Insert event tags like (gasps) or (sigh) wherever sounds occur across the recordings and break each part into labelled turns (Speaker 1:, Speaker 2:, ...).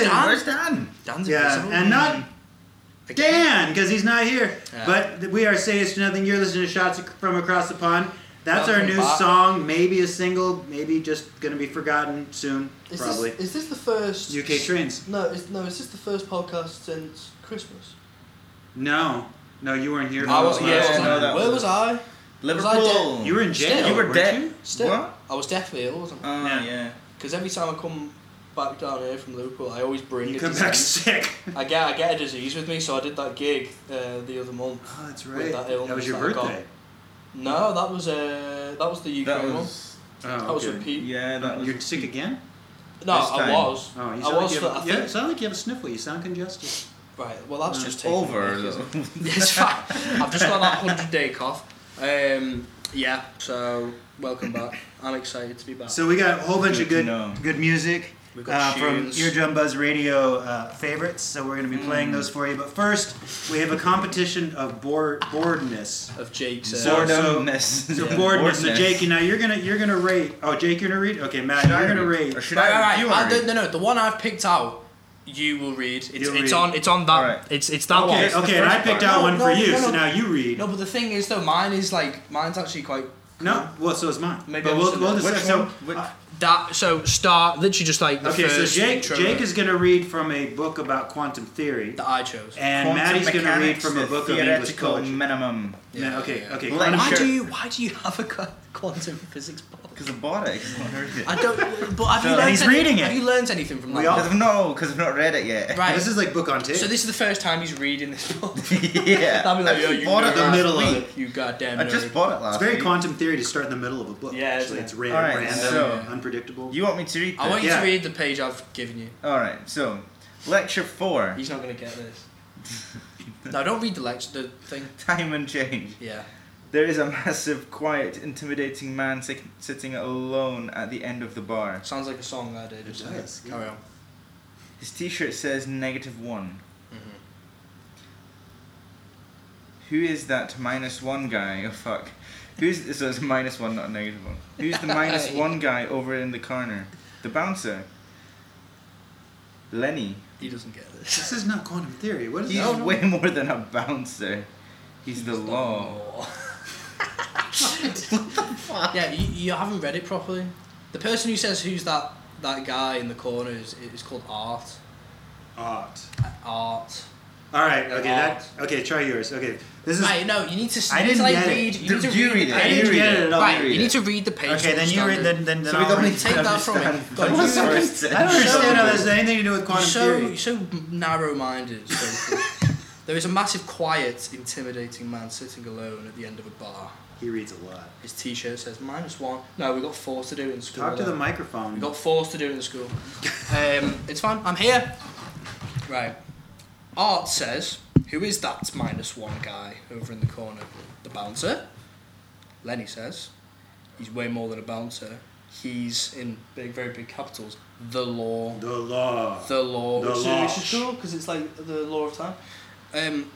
Speaker 1: Where's Dan?
Speaker 2: Where's Dan?
Speaker 1: Dan's
Speaker 3: Yeah,
Speaker 1: invisible.
Speaker 3: and not
Speaker 1: Again.
Speaker 3: Dan because he's not here.
Speaker 1: Yeah.
Speaker 3: But th- we are saying it's to nothing. You're listening to shots Ac- from across the pond. That's our
Speaker 1: Nothing
Speaker 3: new
Speaker 1: but-
Speaker 3: song. Maybe a single. Maybe just gonna be forgotten soon.
Speaker 4: Is
Speaker 3: probably
Speaker 4: This, is this the first
Speaker 3: UK trains.
Speaker 4: No, is, no. Is this the first podcast since Christmas?
Speaker 3: No, no, you weren't here.
Speaker 1: I
Speaker 2: Oh,
Speaker 3: for
Speaker 1: was-
Speaker 3: those
Speaker 1: yeah,
Speaker 3: last
Speaker 1: yeah,
Speaker 3: ones.
Speaker 1: no,
Speaker 2: that
Speaker 4: Where was I?
Speaker 2: Liverpool.
Speaker 3: You were in jail.
Speaker 4: Still,
Speaker 2: You were
Speaker 3: weren't
Speaker 2: dead.
Speaker 3: you?
Speaker 4: Still,
Speaker 2: What?
Speaker 4: I was definitely ill, wasn't I?
Speaker 2: Oh,
Speaker 3: Yeah.
Speaker 2: yeah.
Speaker 4: Because every time I come back down here from Liverpool, I always bring
Speaker 3: You
Speaker 4: a
Speaker 3: come back (laughs)
Speaker 4: disease.
Speaker 3: sick.
Speaker 4: I get I get a disease with me, so I did that gig uh, the other month.
Speaker 3: Oh, that's
Speaker 4: With
Speaker 3: right.
Speaker 4: that
Speaker 3: That was
Speaker 4: illness
Speaker 3: your
Speaker 4: that I got.
Speaker 3: birthday.
Speaker 4: No, that was uh, that was the
Speaker 2: That
Speaker 4: Ukraine
Speaker 2: was.
Speaker 3: Oh,
Speaker 4: one. That was
Speaker 3: okay. Uh,
Speaker 4: with Pete.
Speaker 2: Yeah, that was.
Speaker 3: You're sick again?
Speaker 4: No,
Speaker 2: This
Speaker 4: I
Speaker 2: time.
Speaker 4: was.
Speaker 3: Oh, you
Speaker 4: I
Speaker 3: sound
Speaker 4: was.
Speaker 3: Like
Speaker 4: For,
Speaker 3: you
Speaker 4: I
Speaker 3: have,
Speaker 4: think,
Speaker 3: yeah, it sounds like you have a sniffle. You sound congested.
Speaker 4: Right. Well, that's
Speaker 3: Uh,
Speaker 4: just taking the
Speaker 2: over.
Speaker 4: mick, isn't it?
Speaker 2: though.
Speaker 4: It's fine. (laughs) I've just got that hundred day cough. Um, yeah. So welcome back. I'm excited to be back.
Speaker 3: So we got a whole bunch
Speaker 2: Good
Speaker 3: of
Speaker 2: to
Speaker 3: good
Speaker 2: know.
Speaker 3: good music
Speaker 4: We've
Speaker 3: uh,
Speaker 4: got
Speaker 3: from
Speaker 4: tunes.
Speaker 3: Eardrum Buzz Radio uh, favorites. So we're going to be
Speaker 2: Mm.
Speaker 3: playing those for you. But first, we have a competition of bored
Speaker 2: (laughs)
Speaker 3: boredness.
Speaker 4: of Jake's. Uh,
Speaker 3: So-
Speaker 2: Boredomness.
Speaker 3: So
Speaker 4: Yeah.
Speaker 3: boredness. So Jake, now you're gonna you're gonna rate. Oh, Jake, you're gonna read. Okay, Matt,
Speaker 2: Should I
Speaker 3: you're gonna
Speaker 2: read?
Speaker 3: rate.
Speaker 2: Or should
Speaker 4: right,
Speaker 2: I?
Speaker 4: right,
Speaker 2: You
Speaker 4: right.
Speaker 2: wanna
Speaker 4: I
Speaker 2: read?
Speaker 4: don't, no, no. The one I've picked out, you will read. It's,
Speaker 3: You'll read.
Speaker 4: it's on. It's on that.
Speaker 2: Alright.
Speaker 4: It's it's that
Speaker 3: Okay,
Speaker 2: it's the
Speaker 4: one.
Speaker 3: okay, and I
Speaker 2: first
Speaker 3: picked
Speaker 2: part.
Speaker 3: out
Speaker 4: No,
Speaker 3: one
Speaker 4: no,
Speaker 3: for you.
Speaker 4: no,
Speaker 3: So
Speaker 4: no.
Speaker 3: now you read.
Speaker 4: No, but the thing is though, mine is like mine's actually quite
Speaker 3: No, well, so it's mine.
Speaker 4: Maybe
Speaker 3: but
Speaker 4: I'm
Speaker 3: we'll,
Speaker 4: just
Speaker 3: we'll
Speaker 4: a-
Speaker 3: decide.
Speaker 2: Which
Speaker 3: so,
Speaker 2: one? Which-
Speaker 3: uh,
Speaker 4: that. So start literally just like the
Speaker 3: okay, so
Speaker 4: first
Speaker 3: Jake
Speaker 4: intro
Speaker 3: Jake is gonna read from a book about quantum theory,
Speaker 4: that I chose.
Speaker 3: and
Speaker 2: Quantum
Speaker 3: Maddie's gonna read
Speaker 2: mechanics,
Speaker 3: from a
Speaker 2: the
Speaker 3: book of English
Speaker 2: theoretical
Speaker 3: poetry.
Speaker 2: minimum.
Speaker 3: Yeah, okay, okay.
Speaker 2: Like,
Speaker 3: quantum
Speaker 4: Why
Speaker 2: sure.
Speaker 4: do you Why do you have a qu- quantum physics book?
Speaker 2: Because I bought it. (laughs) 'cause I heard it.
Speaker 4: I
Speaker 3: (laughs)
Speaker 4: don't. But have you
Speaker 2: No,
Speaker 4: learned
Speaker 3: he's
Speaker 4: any-
Speaker 3: reading it.
Speaker 4: Have you learned anything from
Speaker 3: We
Speaker 4: that?
Speaker 3: all-
Speaker 2: Because I've no, because I've not read it yet.
Speaker 4: right.
Speaker 3: This is like book on tape.
Speaker 4: so this is the first time he's reading this
Speaker 3: (laughs)
Speaker 4: book.
Speaker 2: (laughs)
Speaker 4: (laughs)
Speaker 2: yeah.
Speaker 4: That'd be like,
Speaker 2: I
Speaker 4: yo,
Speaker 2: just
Speaker 4: you
Speaker 2: bought
Speaker 4: nerd.
Speaker 2: it last
Speaker 3: middle of
Speaker 2: week.
Speaker 3: it.
Speaker 4: you goddamn.
Speaker 2: I just
Speaker 4: nerd.
Speaker 2: bought it last
Speaker 3: It's very
Speaker 2: week.
Speaker 3: quantum theory to start in the middle of a book.
Speaker 4: Yeah,
Speaker 3: actually,
Speaker 4: isn't it?
Speaker 3: it's ra-
Speaker 2: All right,
Speaker 3: random,
Speaker 2: so-
Speaker 3: unpredictable.
Speaker 2: You want me to read
Speaker 4: I want
Speaker 2: this?
Speaker 4: you
Speaker 3: Yeah.
Speaker 4: to read the page I've given you.
Speaker 2: Alright, so, lecture four
Speaker 4: He's not gonna get this.
Speaker 3: (laughs)
Speaker 4: no, don't read the lecture. The thing.
Speaker 2: Time and Change.
Speaker 4: Yeah.
Speaker 2: There is a (laughs) massive, quiet, intimidating man si- sitting alone at the end of the bar.
Speaker 4: Sounds like a song I did. Just
Speaker 3: does,
Speaker 4: Carry on.
Speaker 2: His t shirt says negative one.
Speaker 4: Mm-hmm.
Speaker 2: Who is that minus one guy? Oh fuck. Who's so it's minus one, not negative one. Who's
Speaker 4: (laughs)
Speaker 2: the minus one guy over in the corner? The bouncer. Lenny.
Speaker 4: He doesn't get this.
Speaker 3: This is not quantum theory. What is
Speaker 2: He's
Speaker 3: that?
Speaker 2: way more than a bouncer. He's the law.
Speaker 4: (laughs) yeah, you, you haven't read it properly. The person who says who's that that guy in the corner is it's called Art.
Speaker 3: Art.
Speaker 4: Art.
Speaker 3: All right. Okay. That.
Speaker 4: Art.
Speaker 3: Okay. Try yours. Okay. This is. (laughs)
Speaker 4: Right, no, you need to.
Speaker 3: I
Speaker 4: you need to,
Speaker 3: didn't
Speaker 4: like,
Speaker 3: get it.
Speaker 4: read, You
Speaker 2: Do-
Speaker 4: need to
Speaker 2: you
Speaker 4: read,
Speaker 2: read
Speaker 4: the
Speaker 2: it?
Speaker 3: I
Speaker 4: page.
Speaker 3: didn't get it at all.
Speaker 4: Right,
Speaker 2: read
Speaker 4: you need
Speaker 2: it.
Speaker 4: to read the page.
Speaker 3: okay.
Speaker 4: to
Speaker 3: Then you read.
Speaker 4: understand
Speaker 3: Then then. then
Speaker 2: So we
Speaker 3: I'll
Speaker 2: don't
Speaker 3: read.
Speaker 2: need
Speaker 4: Take
Speaker 2: to
Speaker 4: that from
Speaker 2: understand.
Speaker 4: it. God,
Speaker 2: the
Speaker 4: one second.
Speaker 2: first
Speaker 3: I don't
Speaker 2: sentence.
Speaker 3: understand how this has anything to do with
Speaker 4: You're
Speaker 3: quantum
Speaker 4: so
Speaker 3: theory.
Speaker 4: so
Speaker 2: (laughs)
Speaker 4: narrow-minded. So there is a massive, quiet, intimidating man sitting alone at the end of a bar.
Speaker 3: He reads a lot.
Speaker 4: His T-shirt says minus one. No, we got forced to do it in school.
Speaker 3: Talk to the
Speaker 4: though.
Speaker 3: microphone.
Speaker 4: We got forced to do it in school. Um, it's fine. I'm here. Right. Art says, "Who is that minus one guy over in the corner?" The bouncer. Lenny says, "He's way more than a bouncer. He's in big, very big capitals. The law."
Speaker 3: The law.
Speaker 4: The law.
Speaker 3: The
Speaker 4: which,
Speaker 3: law.
Speaker 4: Is, which is cool because it's like the law of time. Um,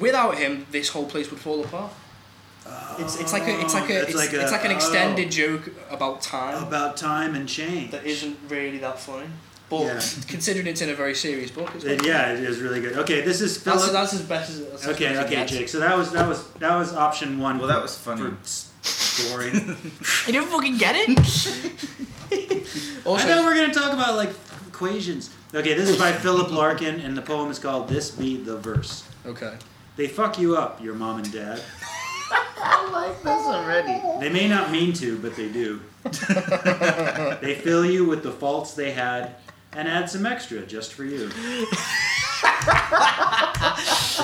Speaker 4: without him, this whole place would fall apart. It's, it's like a, it's like a, it's, it's like, an
Speaker 3: oh,
Speaker 4: extended joke about time
Speaker 3: about time and change.
Speaker 4: that isn't really that funny. But
Speaker 3: Yeah.
Speaker 4: (laughs) considering it's in a very serious book, it's
Speaker 3: Then,
Speaker 4: quite-
Speaker 3: yeah, it is really good. Okay, this is
Speaker 4: that's,
Speaker 3: Philip.
Speaker 4: that's as best as. That's as
Speaker 3: Okay,
Speaker 4: best as it
Speaker 3: okay,
Speaker 4: gets.
Speaker 3: Jake. So that was that was that was option one.
Speaker 2: Well, that was funny.
Speaker 3: for s-
Speaker 2: (laughs)
Speaker 3: scoring.
Speaker 4: You didn't fucking get it.
Speaker 3: I thought we were gonna talk about like equations. Okay, this is by Philip Larkin, and the poem is called "This Be the Verse."
Speaker 4: okay.
Speaker 3: They fuck you up, your mom and dad.
Speaker 2: I like this already.
Speaker 3: They may not mean to, but they do. they fill you with the faults they had and add some extra just for you.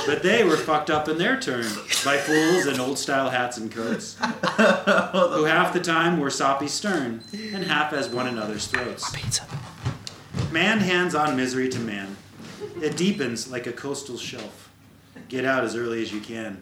Speaker 3: but they were fucked up in their turn by fools in old style hats and coats, who half the time were soppy stern and half as one another's throats.
Speaker 4: Pizza.
Speaker 3: Man hands on misery to man. It deepens like a coastal shelf. Get out as early as you can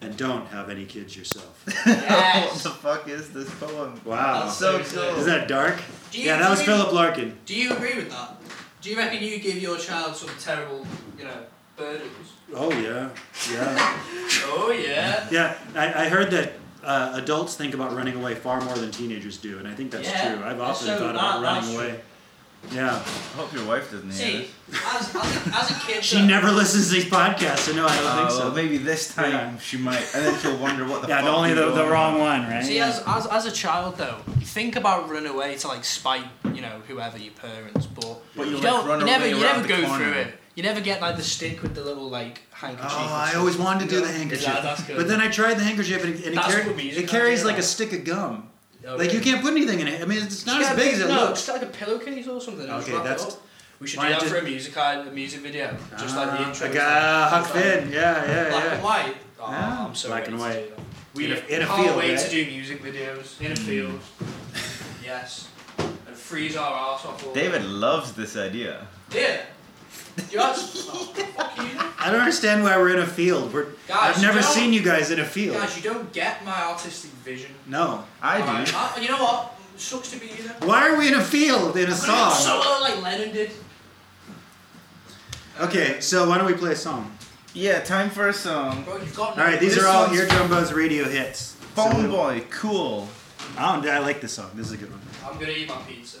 Speaker 3: and don't have any kids
Speaker 4: (laughs)
Speaker 3: yourself.
Speaker 2: what
Speaker 3: (laughs)
Speaker 2: the fuck is this poem?
Speaker 3: Wow.
Speaker 2: That's so cool.
Speaker 3: Is that dark?
Speaker 4: Do you
Speaker 3: Yeah, that was
Speaker 4: agree-
Speaker 3: Philip Larkin.
Speaker 4: Do you agree with that? Do you reckon you give your child some terrible, you know, burdens?
Speaker 3: Oh yeah, yeah,
Speaker 4: Oh yeah.
Speaker 3: yeah. I, I heard that uh, adults think about running away far more than teenagers do, and I think that's
Speaker 4: Yeah,
Speaker 3: true. I've
Speaker 4: that's
Speaker 3: often
Speaker 4: so
Speaker 3: thought
Speaker 4: that-
Speaker 3: about running
Speaker 4: that's
Speaker 3: away. Yeah.
Speaker 2: I hope your wife doesn't hear
Speaker 4: See,
Speaker 2: this.
Speaker 4: as, as, a, as a kid,
Speaker 3: She
Speaker 4: though-
Speaker 3: never listens to these podcasts, so no, I don't
Speaker 2: Uh,
Speaker 3: think so.
Speaker 2: well, maybe this time
Speaker 3: Yeah.
Speaker 2: she might, and then she'll wonder what
Speaker 3: (laughs)
Speaker 2: the
Speaker 3: yeah,
Speaker 2: fuck.
Speaker 3: only
Speaker 2: you
Speaker 3: the, the
Speaker 2: doing.
Speaker 3: wrong one, right?
Speaker 4: See,
Speaker 3: Yeah.
Speaker 4: as, as, as a child, though, you think about running away to, like, spite, you know, whoever your parents, but,
Speaker 2: But
Speaker 4: you
Speaker 2: you, like,
Speaker 4: don't,
Speaker 2: run
Speaker 4: you never,
Speaker 2: away
Speaker 4: you
Speaker 2: around
Speaker 4: never
Speaker 2: the
Speaker 4: go
Speaker 2: corner.
Speaker 4: through it. You never get, like, the stick with the little, like, handkerchief.
Speaker 3: Oh,
Speaker 4: and
Speaker 3: I
Speaker 4: stuff.
Speaker 3: always wanted to do the
Speaker 4: Yeah,
Speaker 3: handkerchief.
Speaker 4: that's good.
Speaker 3: But then I tried the handkerchief and, it- and it,
Speaker 4: That's
Speaker 3: carri-
Speaker 4: what we used
Speaker 3: it
Speaker 4: to
Speaker 3: carries
Speaker 4: do,
Speaker 3: like a
Speaker 4: like-
Speaker 3: stick of gum.
Speaker 4: Oh,
Speaker 3: Like you
Speaker 4: really?
Speaker 3: can't put anything in it. I mean, it's not
Speaker 4: Yeah,
Speaker 3: as big as it
Speaker 4: no,
Speaker 3: looks.
Speaker 4: Just like a pillowcase or something. and just
Speaker 3: Okay,
Speaker 4: wrap it
Speaker 3: that's-
Speaker 4: up. We should
Speaker 3: Why
Speaker 4: do that
Speaker 3: did-
Speaker 4: for a music, ad- a music video, just like the
Speaker 3: Ah,
Speaker 4: intro.
Speaker 3: Like
Speaker 4: is
Speaker 3: uh, Huck
Speaker 4: just like
Speaker 3: Finn. Yeah,
Speaker 4: Black and
Speaker 3: yeah,
Speaker 4: white. Oh,
Speaker 3: Yeah.
Speaker 4: I'm so
Speaker 3: Black
Speaker 4: ready
Speaker 3: and
Speaker 4: to
Speaker 3: white.
Speaker 4: do that. We
Speaker 3: In a- in a
Speaker 4: can't
Speaker 3: field,
Speaker 4: wait
Speaker 3: right?
Speaker 4: to do music videos in a field. (laughs) yes, and freeze our arse off. All
Speaker 2: David loves this idea.
Speaker 4: yeah. You guys, oh, fuck you.
Speaker 3: yeah. I don't understand why we're in a field. We're,
Speaker 4: Guys,
Speaker 3: I've never
Speaker 4: you know-
Speaker 3: seen you guys in a field.
Speaker 4: guys, you don't get my artistic vision.
Speaker 3: No.
Speaker 2: I do.
Speaker 4: Alright, I- you know what? Sucks to be you. Know?
Speaker 3: Why are we in a field in a song?
Speaker 4: Solo like Lennon did.
Speaker 3: okay, so why don't we play a song?
Speaker 2: Yeah, time for a song.
Speaker 4: Bro, you've got no.
Speaker 3: All right, these
Speaker 2: This
Speaker 3: are all
Speaker 2: one's-
Speaker 3: Ear Jumbo's radio hits.
Speaker 2: Phone
Speaker 3: So-
Speaker 2: boy, cool.
Speaker 3: Oh, I like this song. This is a good one.
Speaker 4: I'm gonna eat my pizza.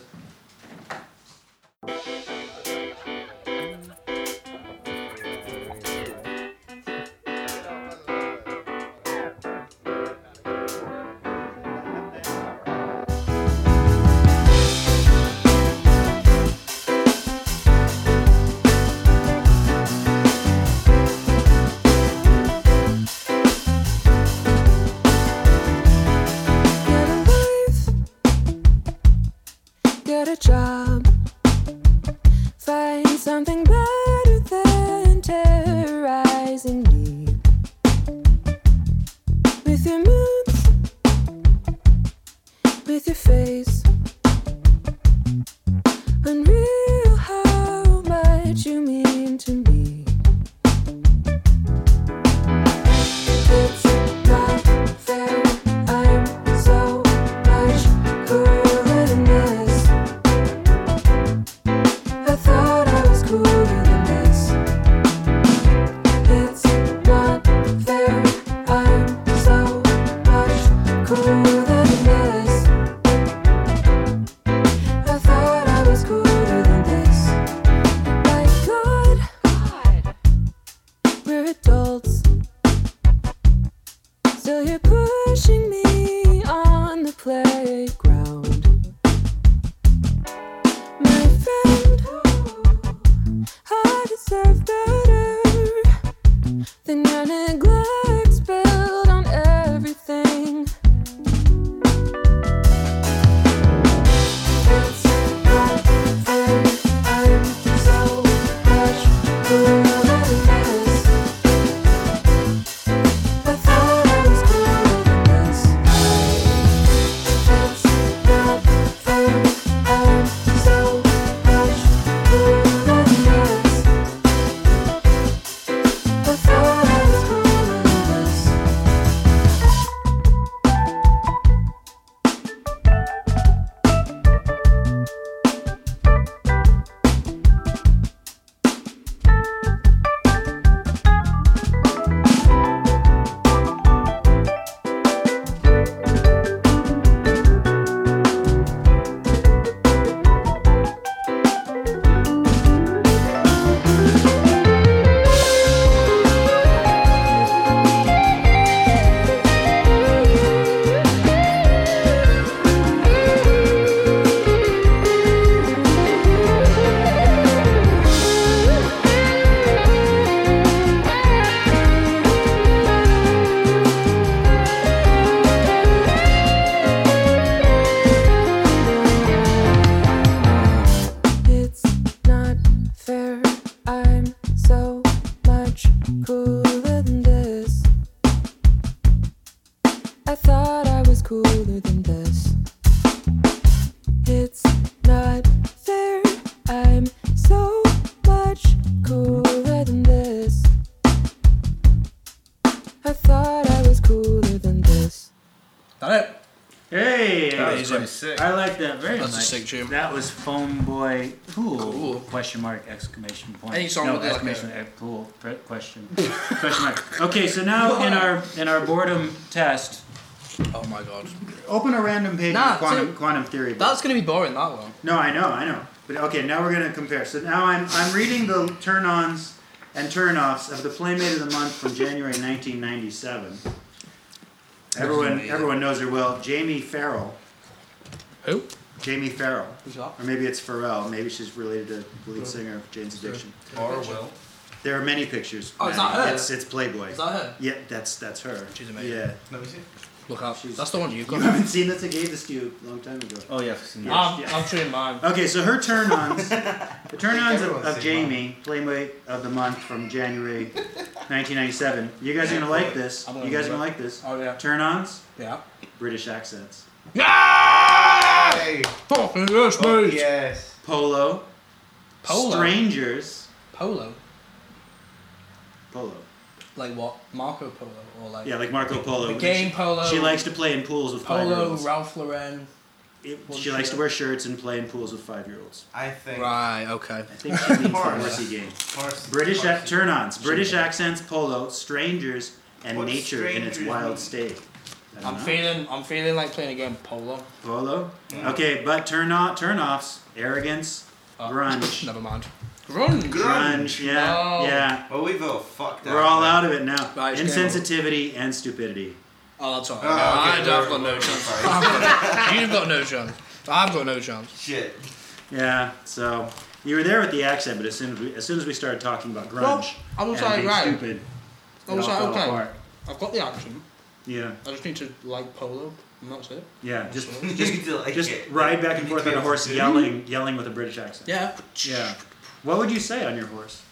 Speaker 5: Get a wife, get a job, find something better than terrorizing me with your moods, with your face. Unreal how much you mean to me. It's not fair. I'm so much cooler than this. I thought I was cooler than this. It's not fair. I'm so much cooler than this. I thought I was cooler than this. My God, we're adults. Still, you're pushing me on the playground. My friend, I deserve better than your neglect spilled on everything. It's not fair. I'm so much cooler than this. I thought I was cooler than this. It's not fair. I'm so much cooler than this. I thought I was cooler than this. It's not fair. I'm so much cooler than this. I thought I was cooler than this. It's not fair. I'm so much cooler than this. I thought I was cooler than this.
Speaker 6: That it.
Speaker 3: Hey,
Speaker 2: That was
Speaker 6: Amazing.
Speaker 2: pretty sick.
Speaker 3: I like that very
Speaker 6: That's a
Speaker 3: much.
Speaker 6: sick tune.
Speaker 3: That was Foam Boy Cool,
Speaker 6: Cool.
Speaker 3: question mark exclamation point.
Speaker 6: Any song
Speaker 3: no,
Speaker 6: with like
Speaker 3: exclamation eh, cool pre- question (laughs) question mark. Okay, so now in our in our boredom test,
Speaker 6: Oh my god.
Speaker 3: open a random page
Speaker 6: Nah,
Speaker 3: of quantum,
Speaker 6: so-
Speaker 3: quantum theory. book.
Speaker 6: That's gonna be boring. That one.
Speaker 3: no, I know, I know. But okay, now we're gonna compare. So now I'm I'm reading the turn-ons and turn-offs of the Playmate of the Month from January 1997. Everyone everyone knows her well. Jamie Farrell.
Speaker 4: Who?
Speaker 3: Jamie Farrell.
Speaker 1: Who's that?
Speaker 3: Or maybe it's Pharrell. Maybe she's related to the lead singer of Jane's Addiction.
Speaker 1: Or Will.
Speaker 3: There are many pictures.
Speaker 1: Oh, is that her?
Speaker 3: It's, it's Playboy.
Speaker 1: Is that her?
Speaker 3: Yeah, that's that's her.
Speaker 4: She's amazing.
Speaker 3: Yeah.
Speaker 2: Let me see.
Speaker 4: Look out.
Speaker 3: She's-
Speaker 4: That's the one you've
Speaker 3: You
Speaker 4: got.
Speaker 3: haven't seen this? I gave this to you a long time ago.
Speaker 2: Oh yeah, I've seen that.
Speaker 1: I'm,
Speaker 3: yeah.
Speaker 1: I'm showing mine.
Speaker 3: Okay, so her turn
Speaker 2: (laughs)
Speaker 3: ons, the turn ons of,
Speaker 2: everyone's
Speaker 3: of
Speaker 2: seen
Speaker 3: Jamie, Playmate of the Month from January 1997. You guys are gonna like this.
Speaker 1: I'm
Speaker 3: You
Speaker 1: gonna
Speaker 3: guys are
Speaker 1: remember.
Speaker 3: gonna like this.
Speaker 1: Oh, yeah.
Speaker 3: Turn ons,
Speaker 1: Yeah.
Speaker 3: British accents.
Speaker 4: Yeah!
Speaker 2: Hey.
Speaker 4: Fucking yes,
Speaker 2: Oh,
Speaker 4: mate.
Speaker 2: yes.
Speaker 3: Polo.
Speaker 4: Polo?
Speaker 3: Strangers.
Speaker 1: Polo.
Speaker 3: Polo.
Speaker 1: Like what? Marco Polo or like
Speaker 3: Yeah, like Marco Polo.
Speaker 1: The game
Speaker 3: she,
Speaker 1: polo.
Speaker 3: She likes to play in pools with five year
Speaker 1: Polo,
Speaker 3: olds.
Speaker 1: Ralph Lauren.
Speaker 3: She likes to wear shirts and play in pools with five year olds.
Speaker 2: I think.
Speaker 4: Right, okay.
Speaker 3: I think
Speaker 2: (laughs)
Speaker 3: she means the
Speaker 2: Horse.
Speaker 3: horsey game.
Speaker 2: Horse-
Speaker 3: British
Speaker 2: horse-
Speaker 3: ac- turn ons, British accents, polo, strangers, and
Speaker 2: What
Speaker 3: nature in its
Speaker 2: strangers
Speaker 3: wild
Speaker 2: mean?
Speaker 3: state. I don't
Speaker 4: I'm
Speaker 3: know.
Speaker 4: feeling I'm feeling like playing a game of polo.
Speaker 3: Polo. Okay, but turn off, turn offs, arrogance, grunge,
Speaker 4: Never mind. Grunge.
Speaker 3: grunge. Yeah,
Speaker 4: No.
Speaker 3: yeah.
Speaker 2: Well, we've all fucked
Speaker 3: We're all out of it now.
Speaker 4: Right, it's game
Speaker 3: Insensitivity and stupidity.
Speaker 4: Oh, that's all right.
Speaker 2: Oh,
Speaker 3: Ah,
Speaker 2: okay,
Speaker 4: I've
Speaker 2: we're-
Speaker 4: got no
Speaker 2: we're
Speaker 4: chance.
Speaker 3: (laughs)
Speaker 2: fine.
Speaker 4: I've got- You've got no chance. I've got no chance.
Speaker 2: Shit. (laughs)
Speaker 3: Yeah. So you were there with the accent, but as soon as we as soon as we started talking about grunge,
Speaker 4: Well, I was
Speaker 3: and
Speaker 4: like,
Speaker 3: being
Speaker 4: right.
Speaker 3: stupid.
Speaker 4: I
Speaker 3: it
Speaker 4: was
Speaker 3: all
Speaker 4: like,
Speaker 3: fell
Speaker 4: okay.
Speaker 3: apart.
Speaker 4: I've got the action.
Speaker 3: Yeah,
Speaker 4: I just need to like polo, and that's it.
Speaker 3: yeah. Just
Speaker 4: (laughs)
Speaker 2: Just, like
Speaker 3: just
Speaker 2: it.
Speaker 3: ride back and forth on a horse,
Speaker 2: Yeah.
Speaker 3: yelling, yelling with a British accent.
Speaker 4: Yeah.
Speaker 3: Yeah. What would you say on your horse?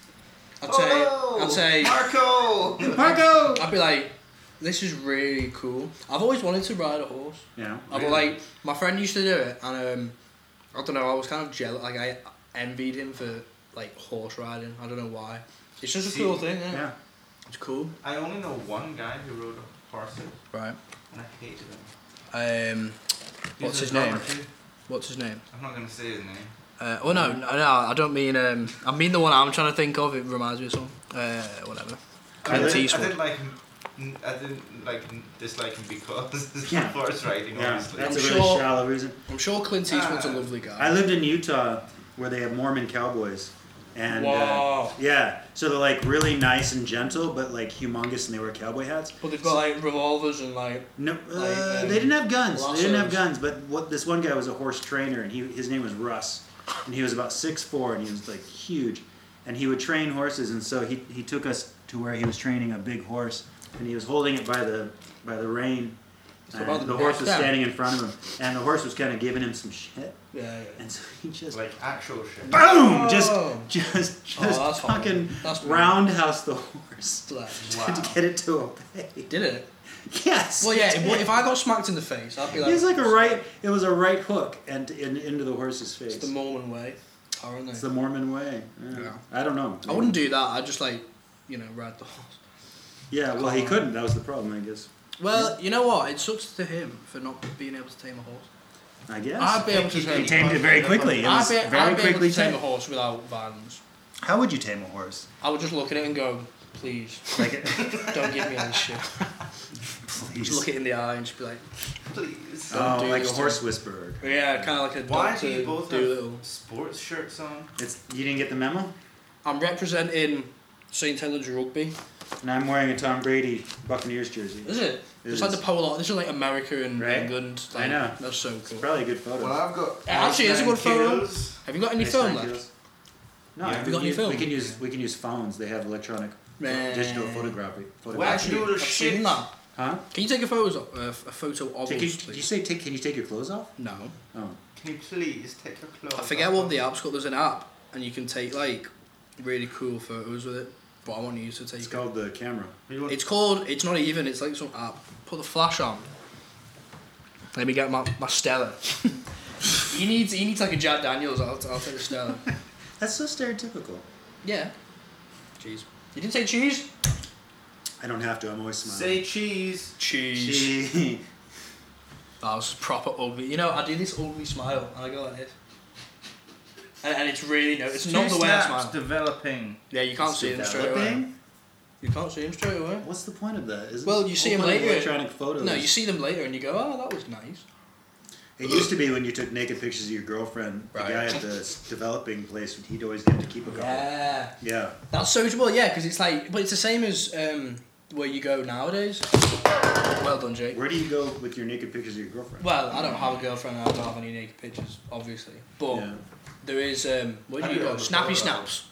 Speaker 4: I'd say, I'd say,
Speaker 2: Oh,
Speaker 3: (laughs)
Speaker 2: Marco.
Speaker 3: Marco.
Speaker 4: I'd be like, this is really cool. I've always wanted to ride a horse.
Speaker 3: Yeah.
Speaker 4: I'd be like, my friend used to do it, and um, I don't know. I was kind of jealous. Like I envied him for like horse riding. I don't know why. It's just a
Speaker 2: See,
Speaker 4: cool thing. Yeah.
Speaker 3: Yeah.
Speaker 4: It's cool.
Speaker 2: I only know one guy who rode horses,
Speaker 4: Right.
Speaker 2: and I hated him.
Speaker 4: Um,
Speaker 2: He's
Speaker 4: What's
Speaker 2: a
Speaker 4: his name?
Speaker 2: drummer, too.
Speaker 4: what's his name?
Speaker 2: I'm not gonna say his name.
Speaker 4: Uh, oh no, no, no, I don't mean. Um, I mean the one I'm trying to think of. It reminds me of something. Uh, whatever.
Speaker 2: I
Speaker 4: Clint
Speaker 2: didn't, I
Speaker 4: Eastwood.
Speaker 2: didn't like him. n- I didn't like n- dislike him because (laughs) of
Speaker 3: Yeah.
Speaker 2: horse riding,
Speaker 3: Yeah,
Speaker 2: obviously.
Speaker 3: that's
Speaker 4: I'm
Speaker 3: a really
Speaker 4: sure-
Speaker 3: shallow reason.
Speaker 4: I'm sure Clint Eastwood's
Speaker 2: Ah.
Speaker 4: a lovely guy.
Speaker 3: I lived in Utah where they have Mormon cowboys. And uh,
Speaker 4: Wow.
Speaker 3: yeah, so they're like really nice and gentle, but like humongous, and they wear cowboy hats.
Speaker 4: but they've got like revolvers and like.
Speaker 3: No, uh,
Speaker 4: Like, um,
Speaker 3: they didn't have guns. They didn't have guns.
Speaker 4: lassos.
Speaker 3: But what this one guy was a horse trainer, and he his name was Russ, and he was about six four, and he was like huge, and he would train horses, and so he he took us to where he was training a big horse, and he was holding it by the by the rein. and
Speaker 4: about
Speaker 3: the
Speaker 4: the
Speaker 3: horse
Speaker 4: back
Speaker 3: was
Speaker 4: down.
Speaker 3: standing in front of him, and the horse was kind of giving him some shit,
Speaker 4: Yeah. yeah.
Speaker 3: and so he just
Speaker 2: Like actual shit.
Speaker 3: boom, just
Speaker 4: Oh.
Speaker 3: just just
Speaker 4: Oh, that's
Speaker 3: fucking
Speaker 4: horrible. That's horrible.
Speaker 3: roundhouse the horse
Speaker 4: Left.
Speaker 3: (laughs)
Speaker 2: Wow.
Speaker 3: to get it to obey.
Speaker 4: Did it?
Speaker 3: Yes.
Speaker 4: Well, yeah.
Speaker 3: it
Speaker 4: If,
Speaker 3: did.
Speaker 4: if I got smacked in the face, I'd be
Speaker 3: (laughs)
Speaker 4: like.
Speaker 3: It was like a right. It was a right hook and in, into the horse's face.
Speaker 4: It's the Mormon way, aren't they?
Speaker 3: It's the Mormon way. Yeah.
Speaker 4: Yeah.
Speaker 3: I don't know.
Speaker 4: I wouldn't do that. I'd just like, you know, ride the horse.
Speaker 3: Yeah. Well, he couldn't. That was the problem, I guess.
Speaker 4: Well, you know what? It sucks to him for not being able to tame a horse.
Speaker 3: I guess.
Speaker 4: I'd be able to
Speaker 3: he
Speaker 4: tame.
Speaker 3: tamed it very quickly. It
Speaker 4: I'd
Speaker 3: was
Speaker 4: be,
Speaker 3: very
Speaker 4: I'd be
Speaker 3: quickly
Speaker 4: able to tame a
Speaker 3: tamed.
Speaker 4: horse without vans.
Speaker 3: How would you tame a horse?
Speaker 4: I would just look at it and go, please,
Speaker 3: Like,
Speaker 4: (laughs) don't give me any shit. Just
Speaker 3: please.
Speaker 4: look it in the eye and just be like,
Speaker 2: Please.
Speaker 4: Don't
Speaker 3: Oh,
Speaker 4: do
Speaker 3: like a
Speaker 4: this to
Speaker 3: horse whisperer.
Speaker 4: yeah, kind of like a
Speaker 2: Why
Speaker 4: doctor
Speaker 2: do you both have
Speaker 4: Dolittle.
Speaker 2: sports shirts on?
Speaker 3: It's you didn't get the memo.
Speaker 4: I'm representing St Helens rugby.
Speaker 3: And I'm wearing a Tom Brady Buccaneers jersey.
Speaker 4: Is it?
Speaker 3: It
Speaker 4: it's like
Speaker 3: is.
Speaker 4: the polar. This is like America and
Speaker 3: Right.
Speaker 4: England.
Speaker 3: I
Speaker 4: Like,
Speaker 3: know.
Speaker 4: That's so cool.
Speaker 3: Probably a good photo.
Speaker 2: I've got.
Speaker 4: actually, it's a good photo. Have you got any
Speaker 3: Nice
Speaker 4: film
Speaker 3: thank
Speaker 4: left?
Speaker 3: yous. No,
Speaker 2: Yeah.
Speaker 3: we,
Speaker 2: Have
Speaker 4: you got
Speaker 3: can
Speaker 4: any
Speaker 3: use,
Speaker 4: film?
Speaker 3: we can use we can use phones. They have electronic
Speaker 4: Man.
Speaker 3: digital photography. photography.
Speaker 2: Wax
Speaker 4: Actually,
Speaker 2: doodle
Speaker 4: I've
Speaker 2: shit.
Speaker 4: seen that.
Speaker 3: Huh?
Speaker 4: Can you take a photo? Uh, a photo of
Speaker 3: Take,
Speaker 4: us,
Speaker 3: your- did you
Speaker 4: please?
Speaker 3: say take? Can you take your clothes off?
Speaker 4: No.
Speaker 3: Oh,
Speaker 2: Can you please take your clothes?
Speaker 4: I forget
Speaker 2: off?
Speaker 4: what the app's called. There's an app, and you can take like really cool photos with it. But I want you to take.
Speaker 3: it's
Speaker 4: it.
Speaker 3: called the camera.
Speaker 2: You want-
Speaker 4: It's called. It's not even. It's like some app. Put the flash on. Let me get my, my Stella. (laughs) he needs he needs like a Jack Daniels. I'll, I'll take a (laughs) Stella.
Speaker 3: That's so stereotypical.
Speaker 4: yeah. Cheese. You didn't say cheese.
Speaker 3: I don't have to. I'm always smiling. (laughs)
Speaker 2: Say cheese.
Speaker 4: Cheese.
Speaker 3: Gee.
Speaker 4: That was proper ugly. You know, I do this ugly smile, and I go like this. And, and it's really no. It's not
Speaker 2: Two
Speaker 4: the way I
Speaker 2: snaps
Speaker 4: smile.
Speaker 2: developing.
Speaker 4: Yeah, you (laughs) can't see him straight away.
Speaker 3: Developing?
Speaker 4: You can't see him straight away.
Speaker 3: What's the point of that? Isn't
Speaker 4: Well, you see him
Speaker 3: opening
Speaker 4: later.
Speaker 3: Electronic photos.
Speaker 4: No, you see them later and you go, oh, that was nice.
Speaker 3: It used to be when you took naked pictures of your girlfriend,
Speaker 4: Right.
Speaker 3: the guy at the s- developing place, he'd always get to keep a couple.
Speaker 4: Yeah.
Speaker 3: Yeah.
Speaker 4: That's so well, yeah, because it's like, but it's the same as um, where you go nowadays. Well done, Jake.
Speaker 3: Where do you go with your naked pictures of your girlfriend?
Speaker 4: Well, I don't have a girlfriend and I don't have any naked pictures, obviously. But
Speaker 3: Yeah.
Speaker 4: there is, um, where do
Speaker 7: Have
Speaker 4: you
Speaker 7: you
Speaker 4: go?
Speaker 7: got the
Speaker 4: Snappy
Speaker 7: Polaroid?
Speaker 4: Snaps.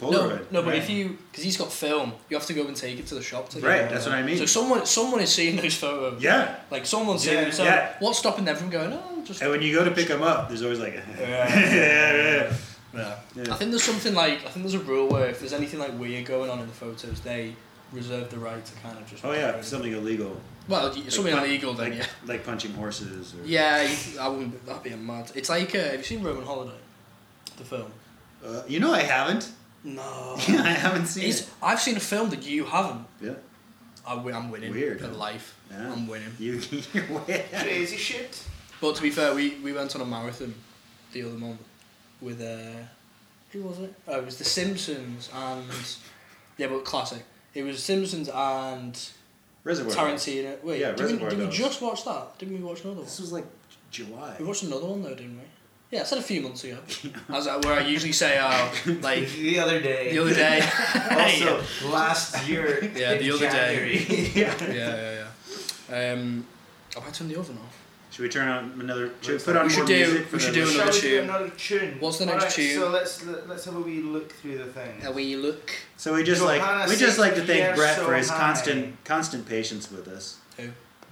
Speaker 4: No,
Speaker 3: Polaroid.
Speaker 4: no, but
Speaker 3: right.
Speaker 4: if you, because he's got film, you have to go and take it to the shop to get
Speaker 3: Right,
Speaker 4: it.
Speaker 3: that's what I mean.
Speaker 4: So someone, someone is seeing those photos.
Speaker 3: yeah.
Speaker 4: Like someone's seeing
Speaker 3: Yeah,
Speaker 4: them. So
Speaker 3: yeah.
Speaker 4: what's stopping them from going? Oh, just.
Speaker 3: And
Speaker 4: (laughs)
Speaker 3: when you go to pick them up, there's always (laughs) like,
Speaker 4: Yeah.
Speaker 3: Yeah.
Speaker 4: I think there's something like I think there's a rule where if there's anything like weird going on in the photos, they reserve the right to kind of just.
Speaker 3: oh yeah, something illegal,
Speaker 4: Well, y- something
Speaker 3: pun-
Speaker 4: illegal then,
Speaker 3: like
Speaker 4: yeah.
Speaker 3: like punching horses. Or,
Speaker 4: Yeah, you- I wouldn't. That'd be a mad. It's like uh, have you seen Roman Holiday, the film?
Speaker 3: Uh, you know I haven't. (laughs)
Speaker 4: (laughs) No.
Speaker 3: I haven't seen
Speaker 4: It's,
Speaker 3: it.
Speaker 4: I've seen a film that you haven't.
Speaker 3: Yeah.
Speaker 4: I, wi- I'm winning.
Speaker 3: Weird,
Speaker 4: In
Speaker 3: huh?
Speaker 4: life,
Speaker 3: Yeah.
Speaker 4: I'm winning.
Speaker 3: You. (laughs) You're way out.
Speaker 7: Crazy shit.
Speaker 4: But to be fair, we, we went on a marathon the other month with uh, who was it? Oh, it was The Simpsons and yeah, but classic. It was Simpsons and
Speaker 3: Reservoir. Dogs.
Speaker 4: Tarantino. Wait,
Speaker 3: Yeah,
Speaker 4: did, we,
Speaker 3: Reservoir
Speaker 4: did we
Speaker 3: Dogs.
Speaker 4: just watch that? Did we watch another one?
Speaker 3: This was like July.
Speaker 4: We watched another one though, didn't we? Yeah, I said a few
Speaker 3: (laughs)
Speaker 4: months ago. As I, where I usually say, uh, like
Speaker 7: The other day.
Speaker 4: the
Speaker 2: (laughs)
Speaker 4: other
Speaker 3: (laughs)
Speaker 4: day.
Speaker 7: Also, last year.
Speaker 4: (laughs) Yeah, the
Speaker 7: in
Speaker 4: other day.
Speaker 7: January.
Speaker 4: (laughs)
Speaker 2: (laughs)
Speaker 4: yeah, yeah, yeah. Um, I might turn the oven off.
Speaker 3: Should we turn on another? Should we
Speaker 7: Let's-
Speaker 3: put on
Speaker 4: We should
Speaker 3: more
Speaker 4: do-
Speaker 3: music? for
Speaker 4: we should
Speaker 3: the-
Speaker 4: do
Speaker 7: Shall
Speaker 4: another
Speaker 7: we
Speaker 4: tune.
Speaker 7: another tune?
Speaker 4: What's the next
Speaker 7: Alright,
Speaker 4: tune?
Speaker 7: So let's let, let's have a wee look through the thing.
Speaker 4: Now Uh, we look.
Speaker 3: So we just like
Speaker 7: Johanna
Speaker 3: we just like to thank
Speaker 7: says,
Speaker 3: Brett
Speaker 7: "You're
Speaker 3: for his
Speaker 7: so high."
Speaker 3: constant constant patience with us.
Speaker 4: Who?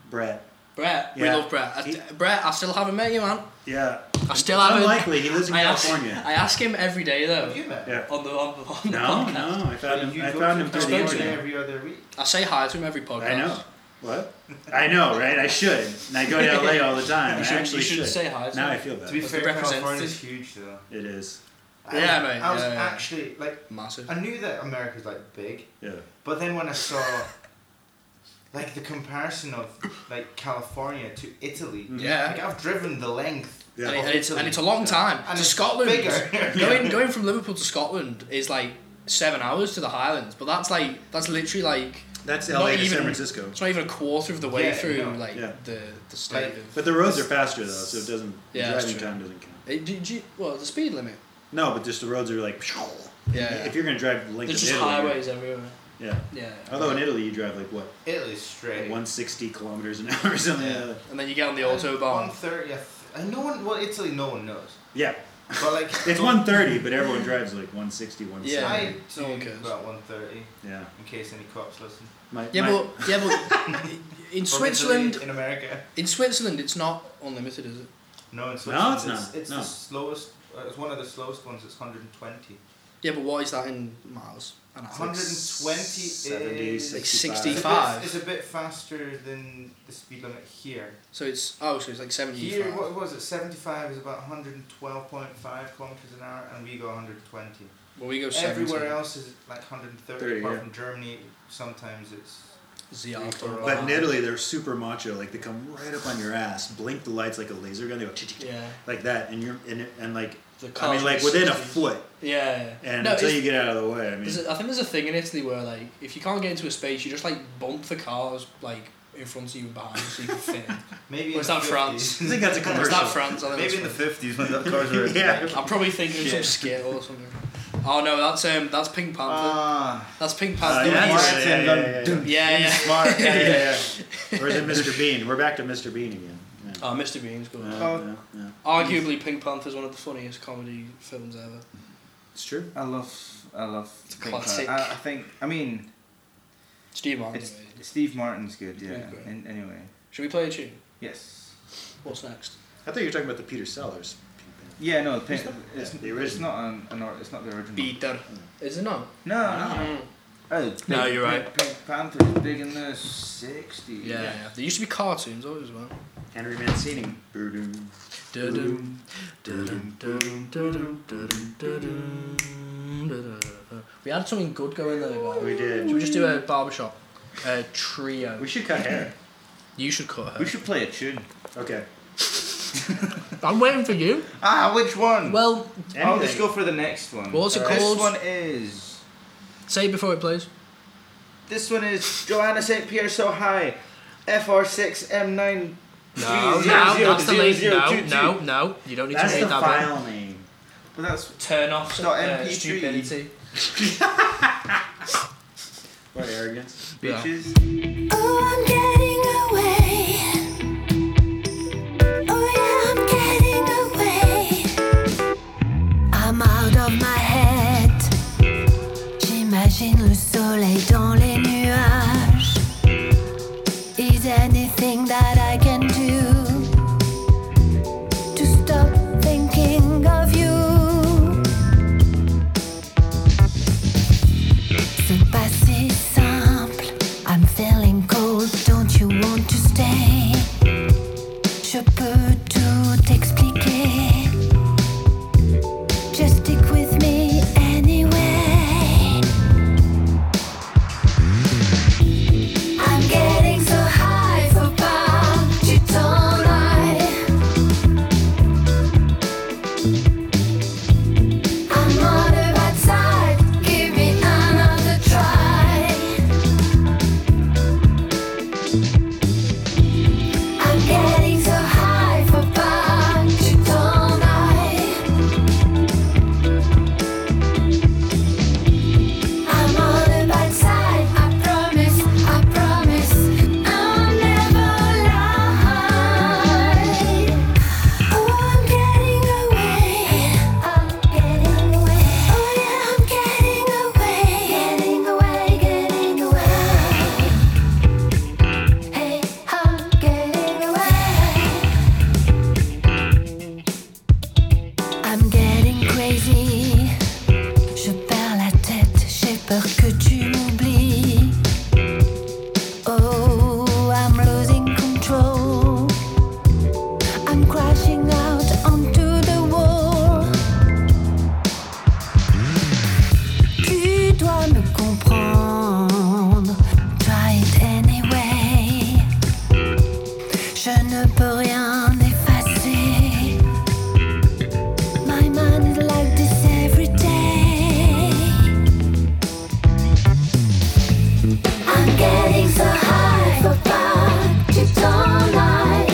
Speaker 3: Brett.
Speaker 4: Brett.
Speaker 3: Yeah.
Speaker 4: We love Brett. I,
Speaker 3: He-
Speaker 4: Brett, I still haven't met you, man.
Speaker 3: Yeah.
Speaker 4: I still haven't.
Speaker 3: Unlikely. He lives in
Speaker 4: I ask,
Speaker 3: California.
Speaker 4: (laughs) I ask him every day though.
Speaker 7: Have you met?
Speaker 3: yeah.
Speaker 4: On the on the, on the
Speaker 3: No,
Speaker 4: podcast.
Speaker 3: no. I found him.
Speaker 7: You
Speaker 3: I
Speaker 7: go
Speaker 3: found
Speaker 7: to
Speaker 3: him through the
Speaker 4: California
Speaker 7: California
Speaker 3: internet.
Speaker 7: every other week.
Speaker 4: I say hi to him every podcast.
Speaker 3: I know. What? I know, right? I should. And I go to LA all the time.
Speaker 4: You
Speaker 3: I
Speaker 4: should,
Speaker 3: actually
Speaker 4: you should,
Speaker 3: should.
Speaker 4: say hi. To
Speaker 3: now I
Speaker 4: him.
Speaker 3: feel
Speaker 7: To be
Speaker 3: bad.
Speaker 4: As the
Speaker 7: fair, California's
Speaker 4: representative.
Speaker 7: huge though.
Speaker 3: It is.
Speaker 7: I
Speaker 4: Yeah,
Speaker 7: was,
Speaker 4: mate,
Speaker 7: I was
Speaker 4: yeah, yeah, yeah.
Speaker 7: actually like
Speaker 4: massive.
Speaker 7: I knew that America's like big,
Speaker 3: Yeah.
Speaker 7: but then when I saw like the comparison of like California to Italy,
Speaker 4: Yeah.
Speaker 7: like I've driven the length.
Speaker 3: Mm-hmm. Yeah.
Speaker 4: And,
Speaker 7: of
Speaker 4: it- and it's,
Speaker 7: Italy.
Speaker 4: and it's a long time
Speaker 7: And
Speaker 4: to
Speaker 7: it's
Speaker 4: Scotland.
Speaker 7: bigger.
Speaker 4: (laughs) going going from Liverpool to Scotland is like seven hours to the Highlands, but that's like that's literally like
Speaker 3: That's
Speaker 4: Not
Speaker 3: LA to
Speaker 4: even-
Speaker 3: San Francisco.
Speaker 4: it's not even a quarter of the way
Speaker 7: Yeah,
Speaker 4: through
Speaker 7: no,
Speaker 4: like
Speaker 3: yeah.
Speaker 4: the the state.
Speaker 7: Like-
Speaker 4: of,
Speaker 3: But the roads are faster though, so it doesn't.
Speaker 4: Yeah,
Speaker 3: the
Speaker 4: that's
Speaker 3: driving
Speaker 4: true.
Speaker 3: time doesn't count.
Speaker 4: Eh, do, do you, well, the speed limit.
Speaker 3: No, but just the roads are like.
Speaker 4: Yeah.
Speaker 3: If you're gonna drive the length
Speaker 4: There's
Speaker 3: of
Speaker 4: just
Speaker 3: Italy. you're-
Speaker 4: highways everywhere.
Speaker 3: Yeah.
Speaker 4: Yeah.
Speaker 3: Although in Italy you drive like what,
Speaker 7: Italy's straight.
Speaker 3: 160 kilometers an (laughs) hour or something. like that.
Speaker 4: and then you get on the autobahn.
Speaker 7: 130, I th- and no one, well, Italy, no one knows.
Speaker 3: Yeah.
Speaker 7: But like,
Speaker 3: (laughs) It's 130, but everyone drives like 160, 170.
Speaker 4: Yeah.
Speaker 7: I
Speaker 4: No
Speaker 7: do
Speaker 4: one cares.
Speaker 7: about 130
Speaker 3: Yeah.
Speaker 7: in case any cops listen.
Speaker 3: My,
Speaker 4: Yeah,
Speaker 3: my-
Speaker 4: but yeah,
Speaker 3: (laughs)
Speaker 4: but in
Speaker 7: From Italy
Speaker 4: Switzerland,
Speaker 7: in America.
Speaker 4: in Switzerland, it's not unlimited, is it?
Speaker 7: No, in
Speaker 3: No,
Speaker 7: Switzerland,
Speaker 3: it's not.
Speaker 7: It's
Speaker 3: No.
Speaker 7: the slowest. Uh, it's one of the slowest ones. It's 120.
Speaker 4: Yeah, but what is that in miles an hour?
Speaker 7: 120
Speaker 3: 70,
Speaker 7: is
Speaker 3: 65.
Speaker 4: like
Speaker 7: It's a,
Speaker 4: 65.
Speaker 7: bit, it's a bit faster than the speed limit here.
Speaker 4: So it's oh, so it's like seventy.
Speaker 7: Here, what was it? 75 is about 112.5 kilometers an hour, and we go 120.
Speaker 4: Well, we go seventy.
Speaker 7: Everywhere else is like 130.
Speaker 3: 30,
Speaker 7: apart
Speaker 3: yeah.
Speaker 7: from Germany, sometimes it's.
Speaker 4: The autobahn.
Speaker 3: But in Italy, they're super macho. Like they come right up on your ass, blink the lights like a laser gun. They go
Speaker 4: Yeah.
Speaker 3: like that, and you're and, and like
Speaker 4: The
Speaker 3: I mean, like within a foot,
Speaker 4: Yeah. yeah.
Speaker 3: and
Speaker 4: no,
Speaker 3: until
Speaker 4: it's-
Speaker 3: you get out of the way. I mean,
Speaker 4: there's a, I think there's a thing in Italy where like if you can't get into a space, you just like bump the cars like in front of you and behind you so you can
Speaker 3: (laughs)
Speaker 4: fit. in.
Speaker 7: Maybe
Speaker 4: Or is
Speaker 7: in
Speaker 4: that
Speaker 7: the
Speaker 4: France?
Speaker 3: I
Speaker 7: 50s. (laughs)
Speaker 3: think that's a
Speaker 4: Or is
Speaker 3: commercial.
Speaker 4: that France? I think
Speaker 2: Maybe in the
Speaker 4: that's
Speaker 2: fifties when the cars were.
Speaker 3: Yeah.
Speaker 4: France. I'm probably thinking of some
Speaker 2: Shit.
Speaker 4: skit or something. Oh no, that's um, that's Pink Panther.
Speaker 2: Ah,
Speaker 4: that's
Speaker 3: Uh,
Speaker 4: Pink Panther.
Speaker 3: yeah,
Speaker 4: He's-
Speaker 3: yeah, yeah, yeah, yeah,
Speaker 4: yeah, yeah. (laughs)
Speaker 3: (laughs)
Speaker 2: smart.
Speaker 3: yeah, yeah, yeah. Or is it Mr. Bean? We're back to Mr. Bean again. Yeah.
Speaker 4: Oh, Mr. Bean's good.
Speaker 3: Yeah,
Speaker 2: Oh.
Speaker 3: yeah, yeah.
Speaker 4: Arguably, Pink Panther is one of the funniest comedy films ever.
Speaker 3: It's true.
Speaker 2: I love, I love.
Speaker 4: It's
Speaker 2: Pink Floyd.
Speaker 4: classic.
Speaker 2: I, I think. I mean,
Speaker 4: Steve Martin.
Speaker 2: it's Steve Martin's good. Yeah.
Speaker 4: Okay.
Speaker 2: And anyway,
Speaker 4: Should we play a tune?
Speaker 2: yes.
Speaker 4: What's next?
Speaker 3: I thought you were talking about the Peter Sellers.
Speaker 2: Yeah. No. Pink, it's,
Speaker 3: the
Speaker 2: it's
Speaker 3: original.
Speaker 2: not an, an. or- It's not the original.
Speaker 4: Peter. Is it not?
Speaker 2: No. No. Oh,
Speaker 4: No,
Speaker 2: Pink-
Speaker 4: you're right.
Speaker 2: Pink, Pink Panther was big in the sixties.
Speaker 4: Yeah, yeah. There used to be cartoons always as well.
Speaker 3: Henry Mancini. Boo-doo.
Speaker 4: Dun-dun, dun-dun, dun-dun, dun-dun, dun-dun, dun-dun, dun-dun. We had something good going there. guys.
Speaker 3: We did.
Speaker 4: Should we just do a barbershop? A trio.
Speaker 3: We should cut hair.
Speaker 4: You should cut
Speaker 2: We
Speaker 4: her.
Speaker 2: should play a tune.
Speaker 3: Okay.
Speaker 4: I'm waiting for you.
Speaker 2: Ah, which one?
Speaker 4: Well,
Speaker 2: oh, let's
Speaker 3: Anything.
Speaker 2: go for the next one.
Speaker 4: What's it
Speaker 2: Alright.
Speaker 4: called?
Speaker 2: This one is.
Speaker 4: say it before it plays.
Speaker 2: This one is Joanna St. Pierre So High, FR6M9
Speaker 1: No,
Speaker 7: Zero,
Speaker 1: no,
Speaker 7: zero,
Speaker 1: that's the
Speaker 7: zero,
Speaker 1: lady.
Speaker 7: zero,
Speaker 1: No,
Speaker 7: two, two.
Speaker 1: no, no. You don't need
Speaker 3: That's
Speaker 1: to read
Speaker 3: the
Speaker 1: that one.
Speaker 3: file name.
Speaker 7: But that's
Speaker 1: Turn off
Speaker 7: Dot
Speaker 1: uh,
Speaker 7: MP3.
Speaker 1: stupidity.
Speaker 3: What arrogance.
Speaker 1: Yeah.
Speaker 7: bitches.
Speaker 2: (laughs)
Speaker 8: Oh, I'm getting away. Oh, yeah, I'm getting away. I'm out of my head. J'imagine le soleil dans les nuages. Is anything that I can do to stop thinking of you? C'est pas si simple. I'm feeling cold. Don't you want to stay? Je peux tout expliquer. Just stick with me anyway. I'm getting so high for pas du temps. I'm on the right side. Give me another try. I'm getting so high for back to I'm on the right side. I promise. I promise. I'll never lie. Oh, I'm getting away. I'm getting away. Oh, yeah, I'm getting away. Getting away, getting away. Hey, I'm getting away. I'm getting crazy. Je perds la tête, j'ai peur que tu m'oublies. Oh, I'm losing control. I'm crashing out onto the wall. Tu dois me comprendre. Try it anyway. Je ne peux rien effacer. My mind is like this every day. I'm getting so high for fun. You don't lie.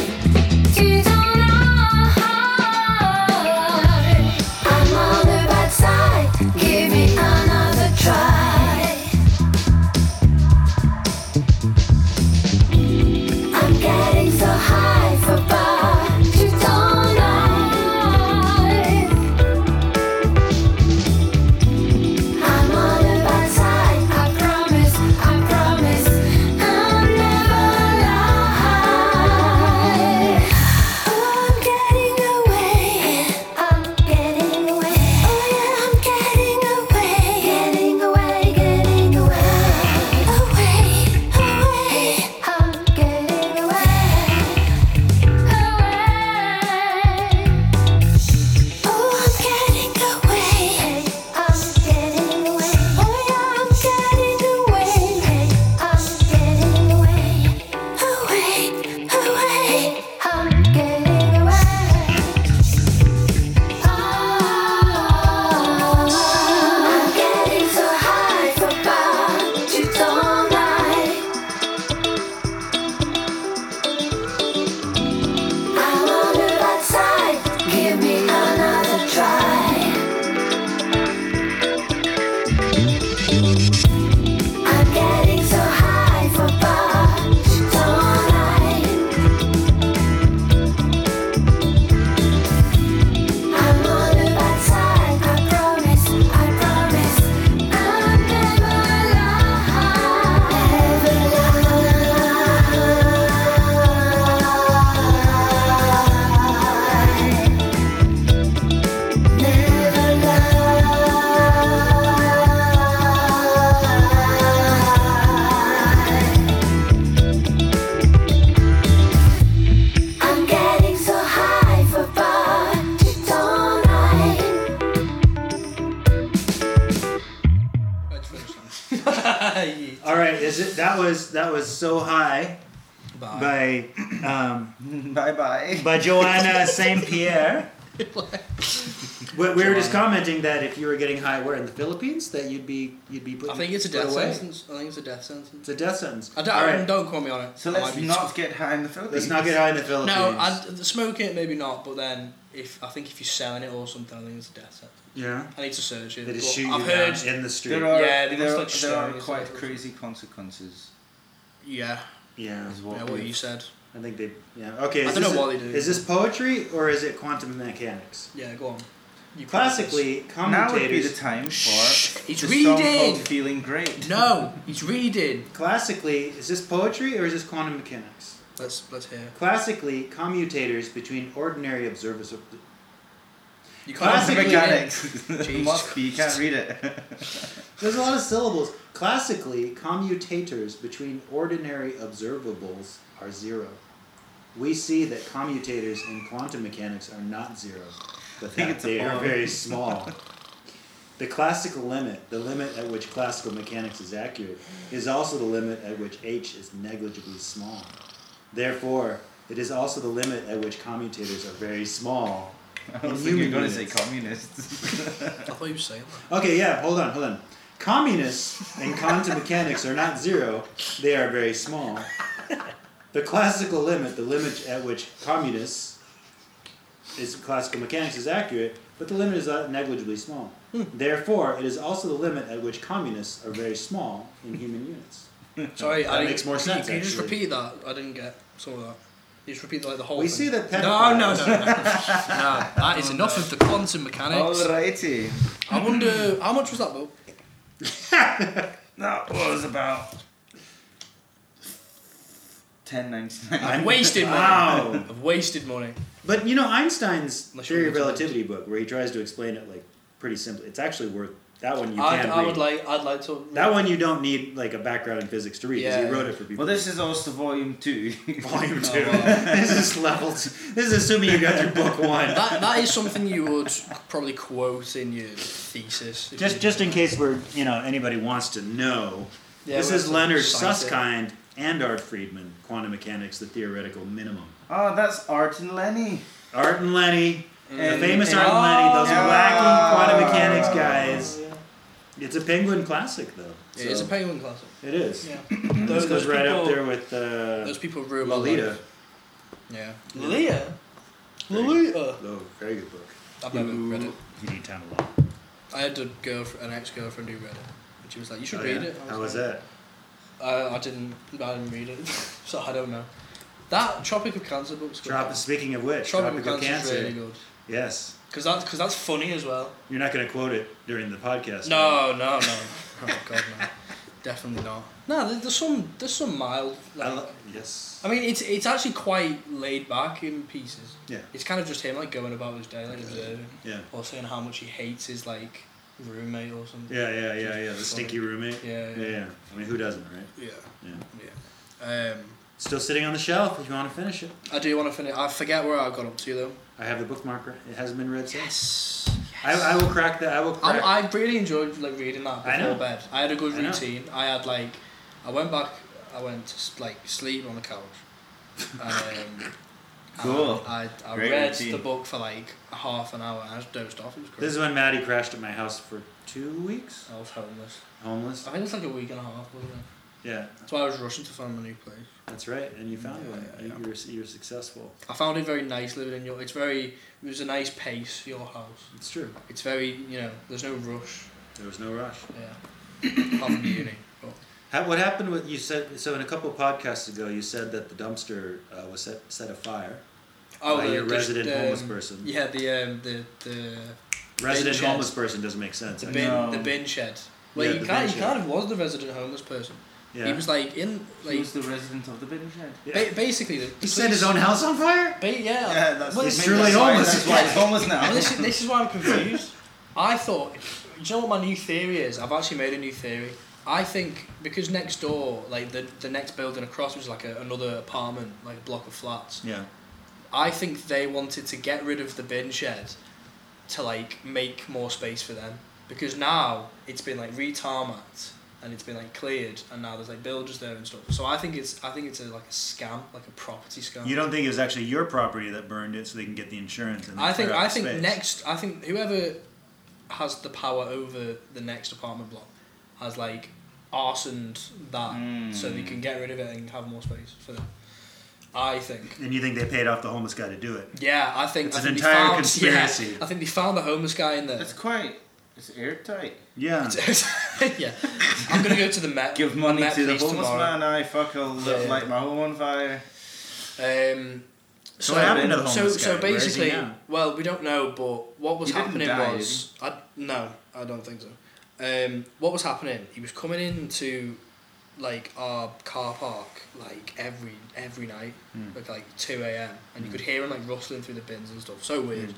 Speaker 8: You don't lie. I'm on the right side. Give me another try. I'm getting so high for fun. You don't lie. I'm on the right side. I promise. I promise. I'll never lie. Oh, I'm getting away. I'm getting away. Oh yeah, I'm getting away. Getting away. Getting away. Away. Away. I'm getting away. Away. Oh, I'm getting away. I'm getting away. Oh, yeah, I'm getting away. I'm getting away. Away, away. I'm getting away. I'm Ah, getting so high for about you don't lie. I'm on the right side. Give me another try. I'm getting so high for punch, don't I? I'm on the right side. I promise. I promise. I'll never lie. Never lie. Never lie. I'm getting so high for fun, don't I?
Speaker 4: Let's finish that.
Speaker 3: All right, is it that was that was so high
Speaker 4: Bye.
Speaker 3: by um,
Speaker 2: bye bye.
Speaker 4: (laughs)
Speaker 3: by Joanna Saint Pierre. We, we were just commenting that if you were getting high, where in the Philippines, that you'd be you'd be put.
Speaker 4: I think it's a
Speaker 3: put
Speaker 4: death
Speaker 3: away.
Speaker 4: sentence. I think it's a death sentence.
Speaker 3: It's a death sentence.
Speaker 4: I don't,
Speaker 3: All
Speaker 4: I,
Speaker 3: right,
Speaker 4: don't quote me on it.
Speaker 2: So
Speaker 4: I
Speaker 2: let's
Speaker 4: might be-
Speaker 2: not get high in the Philippines.
Speaker 3: let's not get high in the Philippines.
Speaker 4: No, I'd, smoke it, maybe not. But then, if I think if you're selling it or something, I think it's a death sentence.
Speaker 3: yeah,
Speaker 4: I need to search it.
Speaker 3: they
Speaker 4: but
Speaker 3: just shoot you
Speaker 4: I've
Speaker 3: down
Speaker 4: heard.
Speaker 3: in the street.
Speaker 2: There are
Speaker 4: Yeah, they must,
Speaker 2: there,
Speaker 4: like,
Speaker 2: there are
Speaker 4: stone you
Speaker 2: quite
Speaker 4: sometimes.
Speaker 2: crazy consequences.
Speaker 4: Yeah,
Speaker 3: yeah,
Speaker 2: Is
Speaker 4: yeah,
Speaker 2: what
Speaker 4: what
Speaker 2: we-
Speaker 4: you said.
Speaker 3: I think they. Yeah, okay.
Speaker 4: I
Speaker 3: is
Speaker 4: don't
Speaker 3: this
Speaker 4: know
Speaker 3: a-
Speaker 4: what they do.
Speaker 3: Is this poetry or is it quantum mechanics?
Speaker 4: Yeah, go on. You
Speaker 3: Classically,
Speaker 2: Now would be the
Speaker 3: commentators.
Speaker 2: time for
Speaker 4: He's
Speaker 2: the song
Speaker 4: reading.
Speaker 2: called "Feeling (laughs) Great."
Speaker 4: No, he's reading.
Speaker 3: Classically, is this poetry or is this quantum mechanics?
Speaker 4: Let's let's hear.
Speaker 3: Classically, commutators between ordinary observers of.
Speaker 4: You can't
Speaker 3: Classic
Speaker 2: Classic
Speaker 4: read it.
Speaker 2: mechanics.
Speaker 4: Jesus
Speaker 2: (laughs) Must be. You can't read it. (laughs)
Speaker 3: There's a lot of syllables. Classically, commutators between ordinary observables are zero. We see that commutators in quantum mechanics are not zero, but
Speaker 2: think
Speaker 3: that
Speaker 2: it's a
Speaker 3: they are
Speaker 2: bomb. (laughs)
Speaker 3: very small. the classical limit, the limit at which classical mechanics is accurate, is also the limit at which h is negligibly small. Therefore, it is also the limit at which commutators are very small.
Speaker 2: (laughs) I
Speaker 3: in
Speaker 2: was thinking
Speaker 3: human
Speaker 2: you're going to say
Speaker 3: units.
Speaker 2: communists.
Speaker 4: I thought you were saying that.
Speaker 3: Okay, yeah, hold on, hold on. Communists and quantum mechanics are not zero, they are very small. The classical limit, the limit at which communists is classical mechanics is accurate, but the limit is uh, negligibly small.
Speaker 4: Hmm.
Speaker 3: Therefore, it is also the limit at which communists are very small in human units.
Speaker 4: Sorry, I
Speaker 3: That
Speaker 4: didn't-
Speaker 3: makes more
Speaker 4: can you-
Speaker 3: sense,
Speaker 4: Can you just
Speaker 3: actually.
Speaker 4: repeat that? I didn't get some of that. You just repeat like the whole.
Speaker 3: We
Speaker 4: thing.
Speaker 3: see that
Speaker 4: No, no,
Speaker 3: (laughs)
Speaker 4: no,
Speaker 3: pedophiles-
Speaker 4: no. no. That is enough of the quantum mechanics.
Speaker 2: (laughs) Alrighty.
Speaker 4: I wonder how much was that book?
Speaker 2: That was about ten ninety (laughs) nine.
Speaker 4: I've wasted money.
Speaker 3: Wow.
Speaker 4: I've wasted money.
Speaker 3: But you know Einstein's
Speaker 4: Unless you
Speaker 3: theory of
Speaker 4: read it.
Speaker 3: relativity book, where he tries to explain it like pretty simply. It's actually worth that one. You
Speaker 4: I,
Speaker 3: can
Speaker 4: I
Speaker 3: read.
Speaker 4: would like. I'd like to.
Speaker 3: That one you don't need like a background in physics to read because
Speaker 4: Yeah.
Speaker 3: he wrote it for people.
Speaker 2: Well, this is also (laughs) volume two.
Speaker 3: volume (laughs)
Speaker 4: Oh,
Speaker 3: two.
Speaker 4: wow.
Speaker 3: this is level. Two. This is assuming you got through book one.
Speaker 4: That, that is something you would probably quote in your thesis.
Speaker 3: (laughs)
Speaker 4: if
Speaker 3: Just
Speaker 4: you-
Speaker 3: just in case we're you know anybody wants to know,
Speaker 4: Yeah,
Speaker 3: this
Speaker 4: we'll
Speaker 3: is
Speaker 4: have to
Speaker 3: Leonard
Speaker 4: cite it.
Speaker 3: Susskind and Art Friedman, Quantum Mechanics: The Theoretical Minimum.
Speaker 2: oh, that's Art and Lenny.
Speaker 3: Art and Lenny,
Speaker 4: Mm.
Speaker 2: And-
Speaker 3: the famous
Speaker 2: and-
Speaker 3: Art and Lenny,
Speaker 4: Oh,
Speaker 3: those
Speaker 2: Yeah.
Speaker 3: wacky quantum mechanics guys. It's a Penguin classic though.
Speaker 4: It is a
Speaker 3: so-
Speaker 4: penguin classic.
Speaker 3: It is.
Speaker 4: Yeah.
Speaker 3: Mm. This
Speaker 4: those,
Speaker 3: goes
Speaker 4: those
Speaker 3: right
Speaker 4: people,
Speaker 3: up there with uh,
Speaker 4: Those people ruin my
Speaker 3: Lolita.
Speaker 4: life. Yeah.
Speaker 1: Leah?
Speaker 4: Lolita.
Speaker 3: Oh, very good book.
Speaker 4: I've never read it.
Speaker 3: You need time alone.
Speaker 4: I had a girlfriend, an ex-girlfriend who read it, and she was like, "You should
Speaker 3: Oh,
Speaker 4: read
Speaker 3: yeah.
Speaker 4: it." I
Speaker 3: How was
Speaker 4: like,
Speaker 3: that?
Speaker 4: I, I didn't. I didn't read it, (laughs) so I don't know. That Tropic of Cancer book's good.
Speaker 3: Trop- speaking of which,
Speaker 4: Tropic
Speaker 3: Tropic
Speaker 4: of
Speaker 3: Tropical
Speaker 4: Cancer's
Speaker 3: Cancer.
Speaker 4: really good.
Speaker 3: Yes.
Speaker 4: Cause that's cause that's funny as well.
Speaker 3: You're not going to quote it during the podcast. are
Speaker 4: No, no, no. oh God,
Speaker 3: (laughs)
Speaker 4: no. Definitely not. No, there, there's some there's some mild.
Speaker 3: you? I
Speaker 4: Like,
Speaker 3: lo- yes.
Speaker 4: I mean, it's it's actually quite laid back in pieces.
Speaker 3: Yeah.
Speaker 4: It's kind of just him like going about his day, like observing,
Speaker 3: Yeah.
Speaker 4: or saying how much he hates his like roommate or something.
Speaker 3: Yeah, yeah, yeah, yeah. The stinky roommate.
Speaker 4: Yeah,
Speaker 3: yeah.
Speaker 4: yeah.
Speaker 3: I mean, who doesn't, right?
Speaker 4: Yeah.
Speaker 3: Yeah.
Speaker 4: Yeah. Um,
Speaker 3: Still sitting on the shelf if you want to finish it.
Speaker 4: I do want to finish. I forget where I got up to though.
Speaker 3: I have the bookmarker. It hasn't been read since.
Speaker 4: Yes.
Speaker 3: I, I will crack that. I will
Speaker 4: I,
Speaker 3: crack.
Speaker 4: I really enjoyed like reading that before
Speaker 3: I know.
Speaker 4: bed. I had a good
Speaker 3: I know.
Speaker 4: routine. I had like, I went back. I went to s- like sleep on the couch.
Speaker 3: (laughs)
Speaker 4: Um,
Speaker 2: Cool.
Speaker 4: and I, I
Speaker 2: Great
Speaker 4: read
Speaker 2: routine.
Speaker 4: the book for like half an hour. and I just dozed off. It was great.
Speaker 3: this is when Maddie crashed at my house for two weeks.
Speaker 4: I was homeless.
Speaker 3: Homeless.
Speaker 4: I think it's like a week and a half, wasn't it?
Speaker 3: Yeah,
Speaker 4: That's why I was rushing to find a new place.
Speaker 3: that's right. And you found
Speaker 4: Yeah,
Speaker 3: one.
Speaker 4: yeah,
Speaker 3: you,
Speaker 4: yeah.
Speaker 3: you, were, s- you were successful.
Speaker 4: I found it very nice living in your. It's very. It was a nice pace for your house.
Speaker 3: It's true.
Speaker 4: It's very. You know, there's no rush.
Speaker 3: There was no rush.
Speaker 4: Yeah. Apart from uni. But
Speaker 3: Ha- What happened with you said so in a couple podcasts ago you said that the dumpster uh, was set set afire
Speaker 4: Oh,
Speaker 3: by
Speaker 4: the,
Speaker 3: your
Speaker 4: the-
Speaker 3: resident
Speaker 4: the,
Speaker 3: homeless
Speaker 4: um,
Speaker 3: person.
Speaker 4: Yeah, the um, the the
Speaker 3: resident
Speaker 4: bin shed.
Speaker 3: homeless person doesn't make sense.
Speaker 4: the
Speaker 3: actually.
Speaker 4: bin
Speaker 2: No.
Speaker 4: the bin shed. Well,
Speaker 3: Yeah,
Speaker 4: he
Speaker 3: the
Speaker 4: kind
Speaker 3: bin
Speaker 4: he
Speaker 3: shed.
Speaker 4: kind of was the resident homeless person.
Speaker 3: yeah.
Speaker 4: He was like in
Speaker 2: He
Speaker 4: like
Speaker 2: was the resident of the bin shed.
Speaker 3: Yeah.
Speaker 4: ba- basically the, the
Speaker 3: He set his own house on fire.
Speaker 4: Ba- yeah,
Speaker 2: Yeah, that's
Speaker 4: well,
Speaker 2: he's
Speaker 4: this,
Speaker 3: truly
Speaker 2: that's why-
Speaker 3: homeless.
Speaker 2: That's why he's homeless
Speaker 4: well,
Speaker 2: now.
Speaker 4: this,
Speaker 2: (laughs)
Speaker 4: is- this is why I'm confused. I thought, you know what my new theory is? I've actually made a new theory. I think because next door, like the the next building across was like a, another apartment, like a block of flats.
Speaker 3: Yeah.
Speaker 4: I think they wanted to get rid of the bin shed to like make more space for them because now it's been like retarmacked and it's been like cleared, and now there's like builders there and stuff. So I think it's I think it's a, like a scam, like a property scam.
Speaker 3: You don't think it was actually your property that burned it, so they can get the insurance? And
Speaker 4: I think
Speaker 3: clear out
Speaker 4: I
Speaker 3: the
Speaker 4: think
Speaker 3: space?
Speaker 4: next I think whoever has the power over the next apartment block has like arsoned that so they
Speaker 3: Hmm.
Speaker 4: can get rid of it and have more space for them. I think.
Speaker 3: And you think they paid off the homeless guy to do it?
Speaker 4: Yeah, I think
Speaker 3: It's
Speaker 4: I
Speaker 3: an
Speaker 4: think they
Speaker 3: entire
Speaker 4: found,
Speaker 3: conspiracy.
Speaker 4: Yeah, I think they found the homeless guy in there.
Speaker 2: That's quite. It's airtight.
Speaker 3: Yeah.
Speaker 4: (laughs) yeah, I'm gonna go to the Met.
Speaker 2: Give money
Speaker 4: Met
Speaker 2: to the
Speaker 4: police
Speaker 2: homeless
Speaker 4: tomorrow.
Speaker 2: man. I fuck. I'll live
Speaker 4: Yeah.
Speaker 2: light my home on fire.
Speaker 4: Um,
Speaker 3: So what happened to the
Speaker 4: so,
Speaker 3: homeless
Speaker 4: so
Speaker 3: guy? Where is he
Speaker 4: basically,
Speaker 3: now?
Speaker 4: well, we don't know, but what was
Speaker 2: He didn't
Speaker 4: happening
Speaker 2: die,
Speaker 4: was I no, I don't think so. Um, what was happening? He was coming into like our car park like every every night, like like two a.m. and
Speaker 3: Hmm.
Speaker 4: you could hear him like rustling through the bins and stuff. So weird.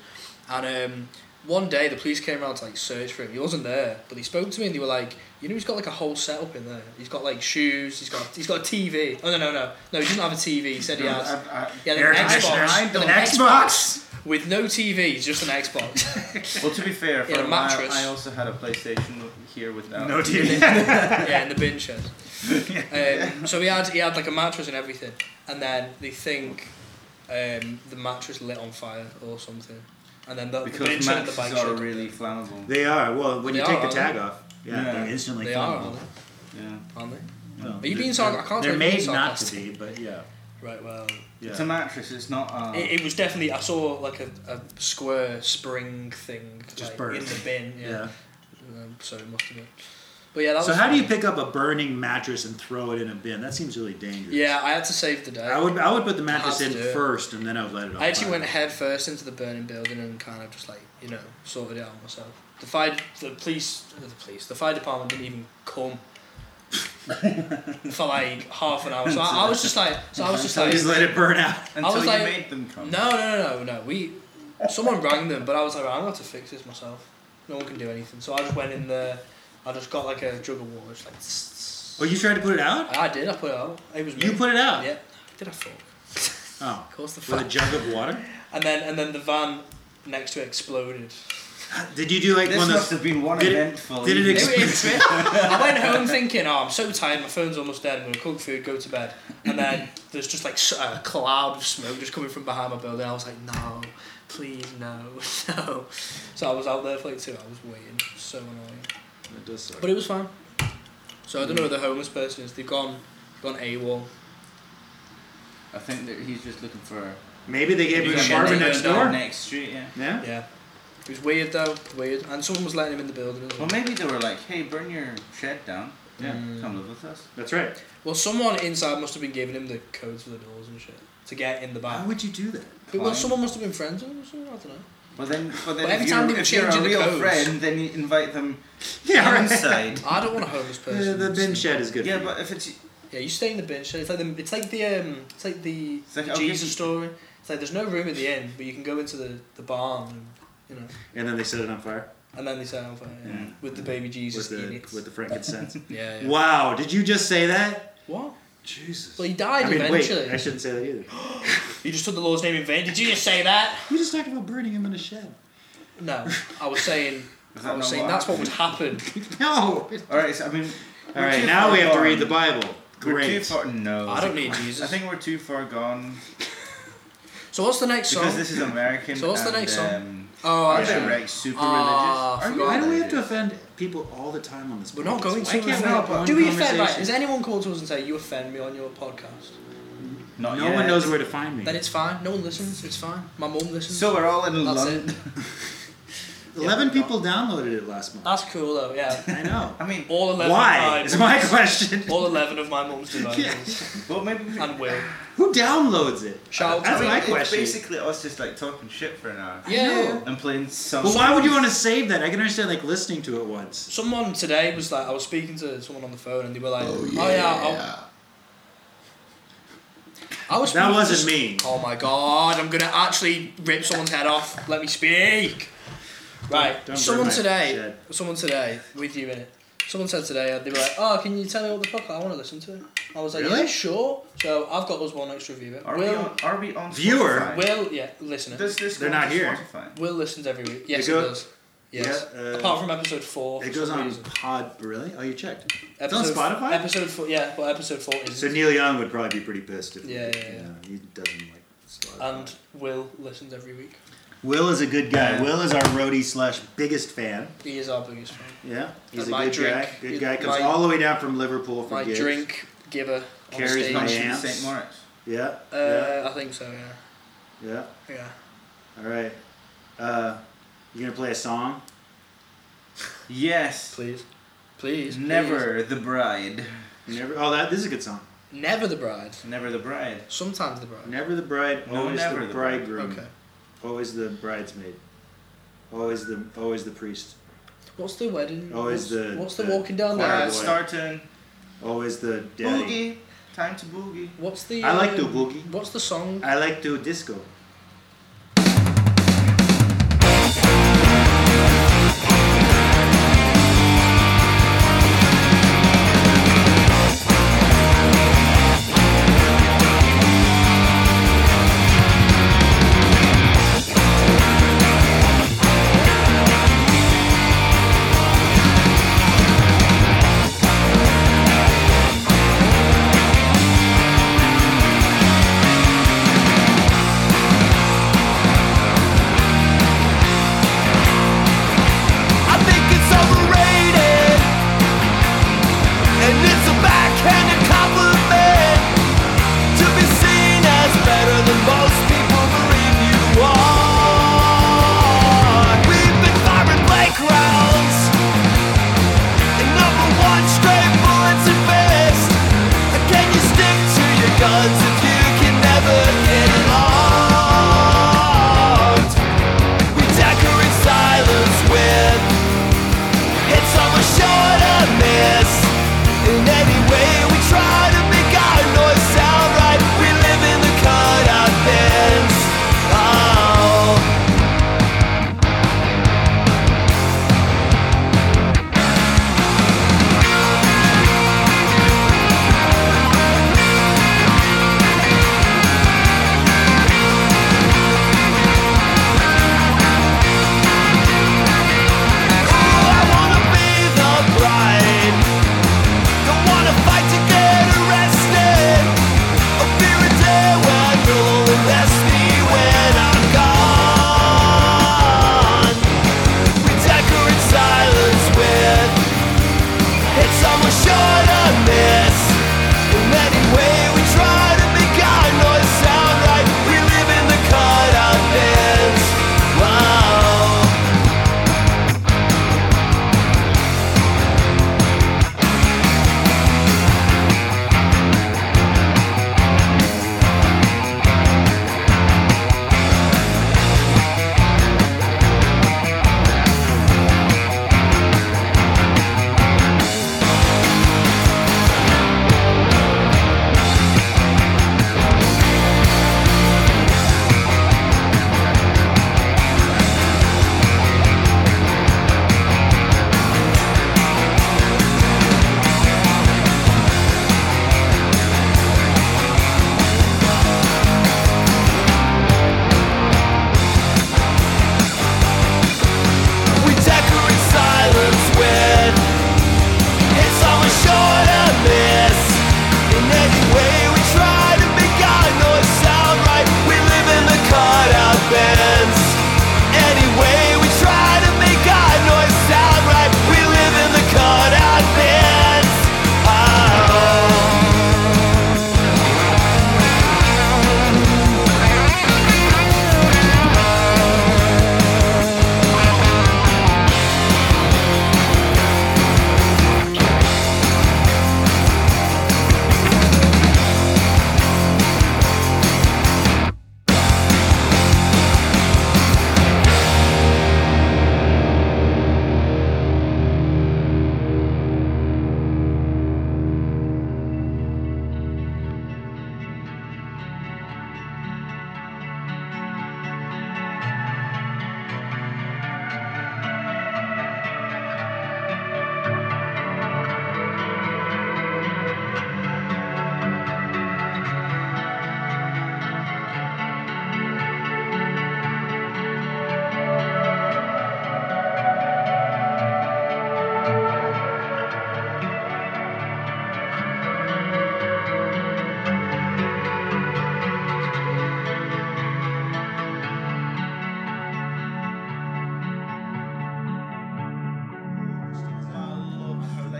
Speaker 4: And um, one day the police came around to like search for him. He wasn't there, but he spoke to me and they were like, you know, he's got like a whole setup in there. He's got like shoes. He's got he's got a TV. Oh no no no no, he doesn't have a TV. He said he
Speaker 2: No,
Speaker 4: has.
Speaker 2: I- I-
Speaker 4: He had
Speaker 3: Air
Speaker 4: an Xbox.
Speaker 3: conditioners.
Speaker 4: He had
Speaker 3: An Xbox.
Speaker 4: with no TV, just an
Speaker 3: (laughs)
Speaker 4: Xbox.
Speaker 2: Well, to be fair, for
Speaker 4: In a
Speaker 2: a, while,
Speaker 4: mattress.
Speaker 2: I also had a PlayStation here without.
Speaker 3: No
Speaker 2: (laughs)
Speaker 3: TV.
Speaker 4: yeah, in the
Speaker 3: (laughs)
Speaker 4: bin shed. Um, so he had he had like a mattress and everything, and then they think um, the mattress lit on fire or something, and then the, the bin
Speaker 2: Because
Speaker 4: shed and the
Speaker 2: mattresses
Speaker 4: bike
Speaker 2: are
Speaker 4: shed.
Speaker 2: really flammable.
Speaker 3: They are. Well, when you
Speaker 4: They
Speaker 3: take
Speaker 4: are,
Speaker 3: the
Speaker 4: aren't
Speaker 3: tag
Speaker 4: they?
Speaker 3: off, yeah,
Speaker 2: Yeah.
Speaker 3: they're instantly
Speaker 4: they are,
Speaker 3: flammable.
Speaker 4: aren't
Speaker 2: Yeah.
Speaker 4: they? Aren't they?
Speaker 3: Well,
Speaker 4: Are you
Speaker 3: they're-
Speaker 4: being sarc- I can't
Speaker 3: They're
Speaker 4: tell if
Speaker 3: made
Speaker 4: you're being
Speaker 3: not to
Speaker 4: sarcastic.
Speaker 3: be, but yeah.
Speaker 4: Right. Well,
Speaker 3: yeah.
Speaker 2: It's a mattress. It's not. Uh,
Speaker 3: Oh.
Speaker 4: it, it was definitely I saw like a, a square spring thing
Speaker 3: Just
Speaker 4: like,
Speaker 3: burnt.
Speaker 4: in the bin. Yeah.
Speaker 3: yeah.
Speaker 4: Um, so it must have been. But yeah, that
Speaker 3: So
Speaker 4: was.
Speaker 3: how do you
Speaker 4: fun.
Speaker 3: pick up a burning mattress and throw it in a bin? That seems really dangerous.
Speaker 4: Yeah, I had to save the day.
Speaker 3: I would I would put the mattress
Speaker 4: to
Speaker 3: in
Speaker 4: do it.
Speaker 3: first and then I would let it on
Speaker 4: I actually
Speaker 3: fire.
Speaker 4: went head first into the burning building and kind of just like you know sorted it out myself. The fire, the police, uh, the police, the fire department didn't even come for like half an hour. So I, I was just like, so I was
Speaker 3: (laughs)
Speaker 4: just
Speaker 3: So I
Speaker 4: like,
Speaker 3: just let it burn out.
Speaker 2: until
Speaker 4: was
Speaker 2: you
Speaker 4: like-
Speaker 2: made them come.
Speaker 4: no, no, no, no, no. We, someone rang them, but I was like, I'm going to fix this myself. No one can do anything. So I just went in there. I just got like a jug of water. Just like,
Speaker 3: Oh, you tried to put it out?
Speaker 4: I, I did. I put it out. It was me.
Speaker 3: You put it out?
Speaker 4: Yeah. Did I fuck?
Speaker 3: Oh.
Speaker 4: Of course the
Speaker 3: With a
Speaker 4: fuck.
Speaker 3: jug of water?
Speaker 4: And then and then the van next to it exploded.
Speaker 3: Did you do like
Speaker 2: This
Speaker 3: one of
Speaker 2: must
Speaker 3: those?
Speaker 2: have been one
Speaker 3: Did it-
Speaker 2: eventful.
Speaker 3: did it
Speaker 2: evening.
Speaker 4: It was- it was weird. I went home thinking, oh, I'm so tired, my phone's almost dead, I'm going to cook food, go to bed. And then there's just like s- a cloud of smoke just coming from behind my building. I was like, no, please, no, (laughs) no. So I was out there for like two hours waiting. So annoying.
Speaker 3: That does suck.
Speaker 4: But it was fine. So I don't know where the homeless person is. They've gone gone AWOL.
Speaker 2: I think that he's just looking for.
Speaker 3: Maybe they gave him
Speaker 4: You
Speaker 3: an
Speaker 4: got
Speaker 3: apartment
Speaker 4: that
Speaker 3: next
Speaker 4: down
Speaker 3: door.
Speaker 2: Next street. Yeah.
Speaker 3: Yeah.
Speaker 4: Yeah. It was weird though, weird. And someone was letting him in the building as well. Mm.
Speaker 2: Well, maybe they were like, "Hey, burn your shed down. Yeah, come live with us."
Speaker 3: That's right.
Speaker 4: Well, someone inside must have been giving him the codes for the doors and shit to get in the
Speaker 3: Why
Speaker 4: back.
Speaker 3: would you
Speaker 4: (laughs)
Speaker 3: do that?
Speaker 4: Well,
Speaker 2: Fine.
Speaker 4: someone must have been friends with him or something, I don't know.
Speaker 2: But then, but then
Speaker 4: But every
Speaker 2: if,
Speaker 4: time they
Speaker 2: you're,
Speaker 4: were
Speaker 2: if you're a
Speaker 4: changing the
Speaker 2: real
Speaker 4: codes.
Speaker 2: friend, then you invite them
Speaker 3: (laughs) Yeah, right. (laughs)
Speaker 2: inside.
Speaker 4: I don't want a homeless
Speaker 3: The,
Speaker 4: person.
Speaker 3: the bin shed is good.
Speaker 2: yeah,
Speaker 3: for you.
Speaker 2: but if it's
Speaker 4: Yeah, you stay in the bin shed. It's like the it's like the um it's like the,
Speaker 2: It's like,
Speaker 4: the
Speaker 2: okay,
Speaker 4: Jesus
Speaker 2: you-
Speaker 4: story. It's like there's no room at the end, but you can go into the the barn, and, you know,
Speaker 3: and then they set it on fire
Speaker 4: and then they say oh, yeah,
Speaker 2: Yeah.
Speaker 4: with the baby Jesus
Speaker 3: Mm. with
Speaker 4: in
Speaker 3: the
Speaker 4: it.
Speaker 3: with the frankincense.
Speaker 4: (laughs) yeah, yeah.
Speaker 3: wow! Did you just say that?
Speaker 4: What?
Speaker 3: Jesus.
Speaker 4: Well, he died
Speaker 3: I mean,
Speaker 4: eventually.
Speaker 3: wait. I shouldn't say that either. (gasps)
Speaker 4: You just took the Lord's name in vain. Did you just say that?
Speaker 3: We just talked about burning him in a shed. (gasps)
Speaker 4: No, I was saying.
Speaker 2: (laughs) Is that
Speaker 4: I was
Speaker 2: not
Speaker 4: saying
Speaker 2: what
Speaker 4: that's what would happen.
Speaker 3: No.
Speaker 2: all right, so, I mean,
Speaker 3: All
Speaker 2: we're
Speaker 3: right,
Speaker 2: too
Speaker 3: now
Speaker 2: far
Speaker 3: we have to read the
Speaker 2: gone.
Speaker 3: Bible.
Speaker 2: We're too
Speaker 3: Great.
Speaker 2: far. No,
Speaker 4: I don't need Jesus.
Speaker 2: I think we're too far gone
Speaker 4: so what's the next song?
Speaker 2: because this is American.
Speaker 4: So what's the
Speaker 2: and,
Speaker 4: next song?
Speaker 2: Um,
Speaker 4: oh,
Speaker 2: are
Speaker 4: actually,
Speaker 2: they right super
Speaker 4: Ah,
Speaker 2: religious? Are you
Speaker 4: forgot.
Speaker 3: Why do we have to
Speaker 2: religious?
Speaker 3: offend people all the time on this?
Speaker 4: we're not
Speaker 3: podcast?
Speaker 4: going
Speaker 3: Why
Speaker 4: to.
Speaker 3: can't we
Speaker 2: no,
Speaker 3: have
Speaker 2: but-
Speaker 3: one
Speaker 4: Do we offend? Right,
Speaker 3: conversation?
Speaker 4: has anyone called to us and say you offend me on your podcast?
Speaker 2: Not
Speaker 3: No
Speaker 2: yet.
Speaker 3: one knows where to find me.
Speaker 4: Then it's fine. No one listens. It's fine. My mum listens.
Speaker 2: So we're all in
Speaker 4: That's
Speaker 2: London.
Speaker 4: it.
Speaker 3: Eleven people downloaded it last month.
Speaker 4: That's cool though. Yeah.
Speaker 3: (laughs) I know.
Speaker 2: I mean,
Speaker 4: All eleven.
Speaker 3: (laughs) Why?
Speaker 4: of
Speaker 3: Is
Speaker 4: my,
Speaker 3: my question.
Speaker 4: all eleven of my mum's devices
Speaker 2: well, maybe we,
Speaker 4: and will.
Speaker 3: (laughs) Who downloads it?
Speaker 4: Shall
Speaker 3: That's
Speaker 2: I mean,
Speaker 3: my
Speaker 2: it's
Speaker 3: question.
Speaker 2: basically us just like talking shit for an hour
Speaker 4: yeah. yeah, yeah.
Speaker 2: and playing some.
Speaker 3: Well, why would you want to save that? I can understand like listening to it once.
Speaker 4: Someone today was like, I was speaking to someone on the phone and they were like, Oh yeah. I, I was.
Speaker 3: That
Speaker 4: speaking to
Speaker 3: wasn't
Speaker 4: s-
Speaker 3: me.
Speaker 4: Oh my god! I'm gonna actually rip someone's head off. Let me speak. Right.
Speaker 3: Don't burn
Speaker 4: someone
Speaker 3: my
Speaker 4: today.
Speaker 3: shed.
Speaker 4: Someone today with you in it. Someone said today uh, they were like, "Oh, can you tell me what the fuck I want to listen to?" I was like,
Speaker 3: Really?
Speaker 4: "Yeah, sure." So I've got us one extra viewer.
Speaker 2: Are we
Speaker 4: Will,
Speaker 2: on? Are we on?
Speaker 3: Viewer?
Speaker 2: Spotify?
Speaker 4: Will, yeah, listener.
Speaker 2: Does this?
Speaker 3: They're
Speaker 2: go
Speaker 3: not
Speaker 2: to
Speaker 3: here.
Speaker 2: Spotify?
Speaker 4: Will listens every week. Yes,
Speaker 3: They
Speaker 4: he
Speaker 3: go-
Speaker 4: does. Yes.
Speaker 3: Yeah, uh,
Speaker 4: Apart from episode four.
Speaker 3: It
Speaker 4: for
Speaker 3: goes
Speaker 4: some
Speaker 3: on
Speaker 4: reason.
Speaker 3: Pod. Really? Oh, you checked. It's on
Speaker 4: Episode
Speaker 3: Spotify.
Speaker 4: Episode four. Yeah, well, episode four is.
Speaker 3: So Neil Young would probably be pretty pissed if
Speaker 4: Yeah, yeah,
Speaker 3: you
Speaker 4: yeah.
Speaker 3: know, he doesn't like. Spotify.
Speaker 4: and Will listens every week.
Speaker 3: Will is a good guy.
Speaker 2: Yeah.
Speaker 3: Will is our roadie slash biggest fan.
Speaker 4: He is our biggest fan.
Speaker 3: Yeah, he's
Speaker 4: And
Speaker 3: a
Speaker 4: my
Speaker 3: good guy.
Speaker 4: drink-
Speaker 3: Good guy comes
Speaker 4: my-
Speaker 3: all the way down from Liverpool for
Speaker 4: My
Speaker 3: gigs.
Speaker 4: drink giver. On
Speaker 3: Carries
Speaker 4: stage.
Speaker 3: my
Speaker 2: Punch
Speaker 3: amps.
Speaker 2: St. Moritz.
Speaker 3: Yeah,
Speaker 4: Uh, I think so. Yeah.
Speaker 3: yeah, yeah.
Speaker 4: Yeah.
Speaker 3: All right. Uh, you gonna play a song?
Speaker 2: Yes.
Speaker 4: Please. Please.
Speaker 2: Never the bride.
Speaker 3: Never. Oh, that this is a good song.
Speaker 4: please. Never the bride.
Speaker 2: Never the bride.
Speaker 4: Sometimes the bride.
Speaker 3: Never the bride,
Speaker 2: No,
Speaker 3: always
Speaker 2: never
Speaker 3: the
Speaker 2: the bride.
Speaker 3: bridegroom,
Speaker 4: Okay.
Speaker 3: always the bridesmaid, always the always the priest,
Speaker 4: What's the wedding?
Speaker 3: Always
Speaker 4: what's,
Speaker 3: Oh, the-
Speaker 4: What's the,
Speaker 3: the
Speaker 4: walking down the
Speaker 3: choir
Speaker 4: aisle?
Speaker 2: Alright,
Speaker 3: boy.
Speaker 2: starting.
Speaker 3: always the daddy.
Speaker 2: Boogie. Time to boogie.
Speaker 4: What's the?
Speaker 3: I like
Speaker 4: um,
Speaker 3: the boogie.
Speaker 4: What's the song?
Speaker 3: I like to disco.
Speaker 9: I
Speaker 10: Oh.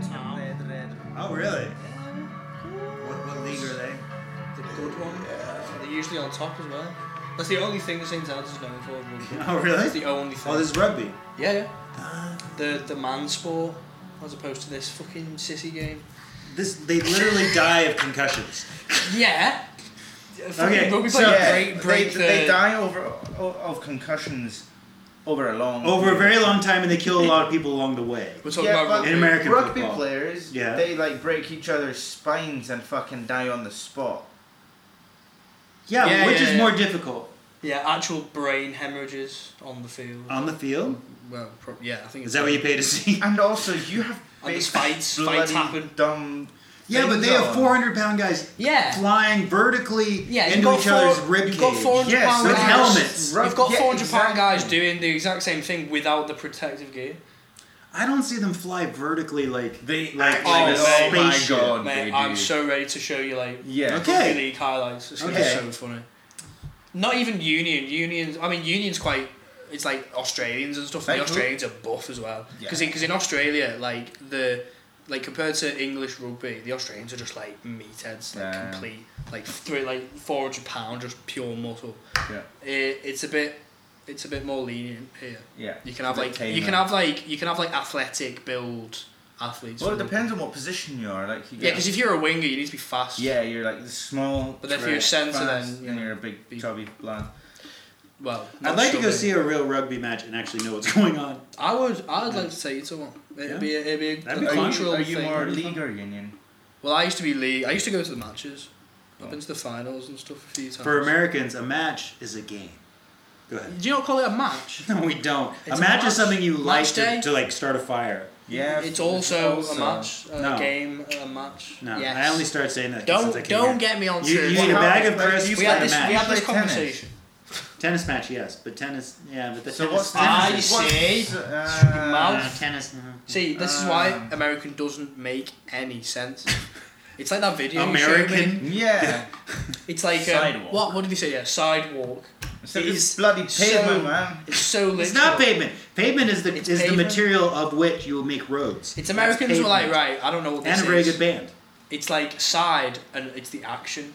Speaker 3: Oh, really? What, what league are they?
Speaker 4: The good one. uh, They're usually on top as well. That's the only thing the St. Helens is known for. Rugby.
Speaker 3: Oh, really?
Speaker 4: (laughs) That's the only thing.
Speaker 3: Oh, this is Ah. rugby.
Speaker 4: yeah, yeah. The the man sport, as opposed to this fucking sissy game.
Speaker 3: This they literally die of concussions.
Speaker 4: Yeah.
Speaker 3: Okay,
Speaker 4: Rugby
Speaker 3: so-
Speaker 4: players
Speaker 3: Yeah,
Speaker 4: break, break the,
Speaker 2: they, they die over o- of concussions over a long
Speaker 3: Over a very long time, and they kill a lot of people along the way.
Speaker 4: We're talking
Speaker 2: yeah,
Speaker 4: about
Speaker 2: but
Speaker 3: In American
Speaker 2: rugby
Speaker 3: football.
Speaker 2: players,
Speaker 3: Yeah.
Speaker 2: they like break each other's spines and fucking die on the spot.
Speaker 3: Yeah,
Speaker 4: Yeah,
Speaker 3: which
Speaker 4: yeah,
Speaker 3: is
Speaker 4: yeah.
Speaker 3: more difficult
Speaker 4: yeah actual brain hemorrhages on the field.
Speaker 3: on the field?
Speaker 4: well, pro- yeah, I think
Speaker 3: Oh. Is
Speaker 4: it's
Speaker 3: that what you pay to
Speaker 4: (laughs)
Speaker 3: see?
Speaker 2: And also, you have
Speaker 4: And there's
Speaker 2: big
Speaker 4: fights, fights
Speaker 2: bloody
Speaker 4: happen.
Speaker 2: dumb.
Speaker 3: Yeah, but
Speaker 2: things
Speaker 3: they have
Speaker 2: on.
Speaker 3: 400 pound guys
Speaker 4: Yeah.
Speaker 3: flying vertically
Speaker 4: Yeah, you've
Speaker 3: into
Speaker 4: got
Speaker 3: each
Speaker 4: four-
Speaker 3: other's rib
Speaker 4: you've got
Speaker 3: cage.
Speaker 4: 400
Speaker 2: Yes,
Speaker 4: pound
Speaker 2: with
Speaker 4: guys.
Speaker 3: helmets.
Speaker 2: Right,
Speaker 4: You've got
Speaker 2: yeah,
Speaker 4: 400 pound guys
Speaker 2: exactly.
Speaker 4: doing the exact same thing without the protective gear.
Speaker 3: I don't see them fly vertically like
Speaker 2: They
Speaker 3: like,
Speaker 2: actually-
Speaker 3: like a
Speaker 4: oh
Speaker 2: my
Speaker 3: spaceship.
Speaker 2: God.
Speaker 4: Mate,
Speaker 2: they
Speaker 4: I'm
Speaker 2: do.
Speaker 4: so ready to show you like
Speaker 2: Yeah.
Speaker 3: Okay.
Speaker 4: rugby league highlights. It's gonna
Speaker 3: Okay.
Speaker 4: be so funny. Not even union. Unions. I mean, unions quite. It's like Australians and stuff.
Speaker 2: Like
Speaker 4: The
Speaker 2: who-
Speaker 4: Australians are buff as well.
Speaker 2: Yeah.
Speaker 4: Because in Australia, like the like compared to English rugby, the Australians are just like meatheads, like
Speaker 2: Yeah.
Speaker 4: complete, like three, like four hundred pound, just pure muscle.
Speaker 2: Yeah.
Speaker 4: It, it's a bit, it's a bit more lenient here.
Speaker 2: Yeah.
Speaker 4: You can have
Speaker 2: They
Speaker 4: like
Speaker 2: tame
Speaker 4: you can
Speaker 2: them.
Speaker 4: have like you can have like athletic build athletes.
Speaker 2: Well, it
Speaker 4: for rugby.
Speaker 2: depends on what position you are. Like, you
Speaker 4: Yeah,
Speaker 2: get-
Speaker 4: because if you're a winger, you need to be fast.
Speaker 2: yeah, you're like the small.
Speaker 4: But if
Speaker 2: right,
Speaker 4: you're a centre,
Speaker 2: fast,
Speaker 4: then, you
Speaker 2: and
Speaker 4: know,
Speaker 2: you're a big
Speaker 4: be-
Speaker 2: chubby lad.
Speaker 4: Well,
Speaker 3: I'd
Speaker 4: not
Speaker 3: like to go
Speaker 4: sure.
Speaker 3: see a real rugby match and actually know what's (laughs) going on.
Speaker 4: I would. I would like to take you to one. It'd
Speaker 3: Yeah.
Speaker 4: be. A, it'd be a,
Speaker 3: That'd be
Speaker 4: a
Speaker 2: Are
Speaker 3: fun.
Speaker 2: you,
Speaker 4: cultural
Speaker 2: are you
Speaker 4: thing.
Speaker 2: more league or union?
Speaker 4: Well, I used to be league. I used to go to the matches. I've been to the finals and stuff a few times.
Speaker 3: Oh. For Americans, a match is a game. Go ahead.
Speaker 4: do you not call it a match?
Speaker 3: (laughs) No, we don't.
Speaker 4: It's
Speaker 3: a
Speaker 4: a
Speaker 3: match is
Speaker 4: match.
Speaker 3: something you
Speaker 4: Match
Speaker 3: like to,
Speaker 4: day.
Speaker 3: to like start a fire.
Speaker 2: Yeah.
Speaker 4: It's also,
Speaker 2: uh,
Speaker 4: a match, a
Speaker 3: No.
Speaker 4: game, a match.
Speaker 3: No,
Speaker 4: Yes.
Speaker 3: I only start saying that. 'cause it's
Speaker 4: Don't
Speaker 3: like a
Speaker 4: don't
Speaker 3: game.
Speaker 4: get me on.
Speaker 3: You,
Speaker 4: to-
Speaker 3: you need a
Speaker 2: Well,
Speaker 3: bag
Speaker 2: how-
Speaker 3: of
Speaker 2: like,
Speaker 3: crisps
Speaker 2: you
Speaker 4: we
Speaker 3: and
Speaker 4: had
Speaker 3: a
Speaker 4: this.
Speaker 3: match.
Speaker 4: We had this
Speaker 2: Play tennis.
Speaker 4: conversation.
Speaker 3: Tennis match, yes, but tennis, yeah, but the
Speaker 2: So
Speaker 3: tennis.
Speaker 2: what's
Speaker 4: I
Speaker 2: the
Speaker 4: see.
Speaker 2: What's, uh,
Speaker 4: Mouth.
Speaker 3: tennis. uh,
Speaker 4: See, this is
Speaker 2: Um.
Speaker 3: Ah.
Speaker 4: why American doesn't make any sense. It's like that video. you showed me.
Speaker 3: American.
Speaker 4: (laughs)
Speaker 2: Yeah.
Speaker 4: It's like um,
Speaker 2: Sidewalk.
Speaker 4: what? What did he say? Yeah, sidewalk.
Speaker 2: So
Speaker 4: It
Speaker 2: it's
Speaker 4: is
Speaker 2: bloody
Speaker 4: so-
Speaker 2: pavement, man.
Speaker 4: It's so literal.
Speaker 3: It's not pavement. Pavement is the
Speaker 4: It's
Speaker 3: is the
Speaker 4: pavement.
Speaker 3: material of which you will make roads.
Speaker 4: It's
Speaker 3: That's
Speaker 4: Americans who are like,
Speaker 3: pavement.
Speaker 4: right, I don't know what this
Speaker 3: And a very
Speaker 4: is.
Speaker 3: good band.
Speaker 4: It's like side and it's the action.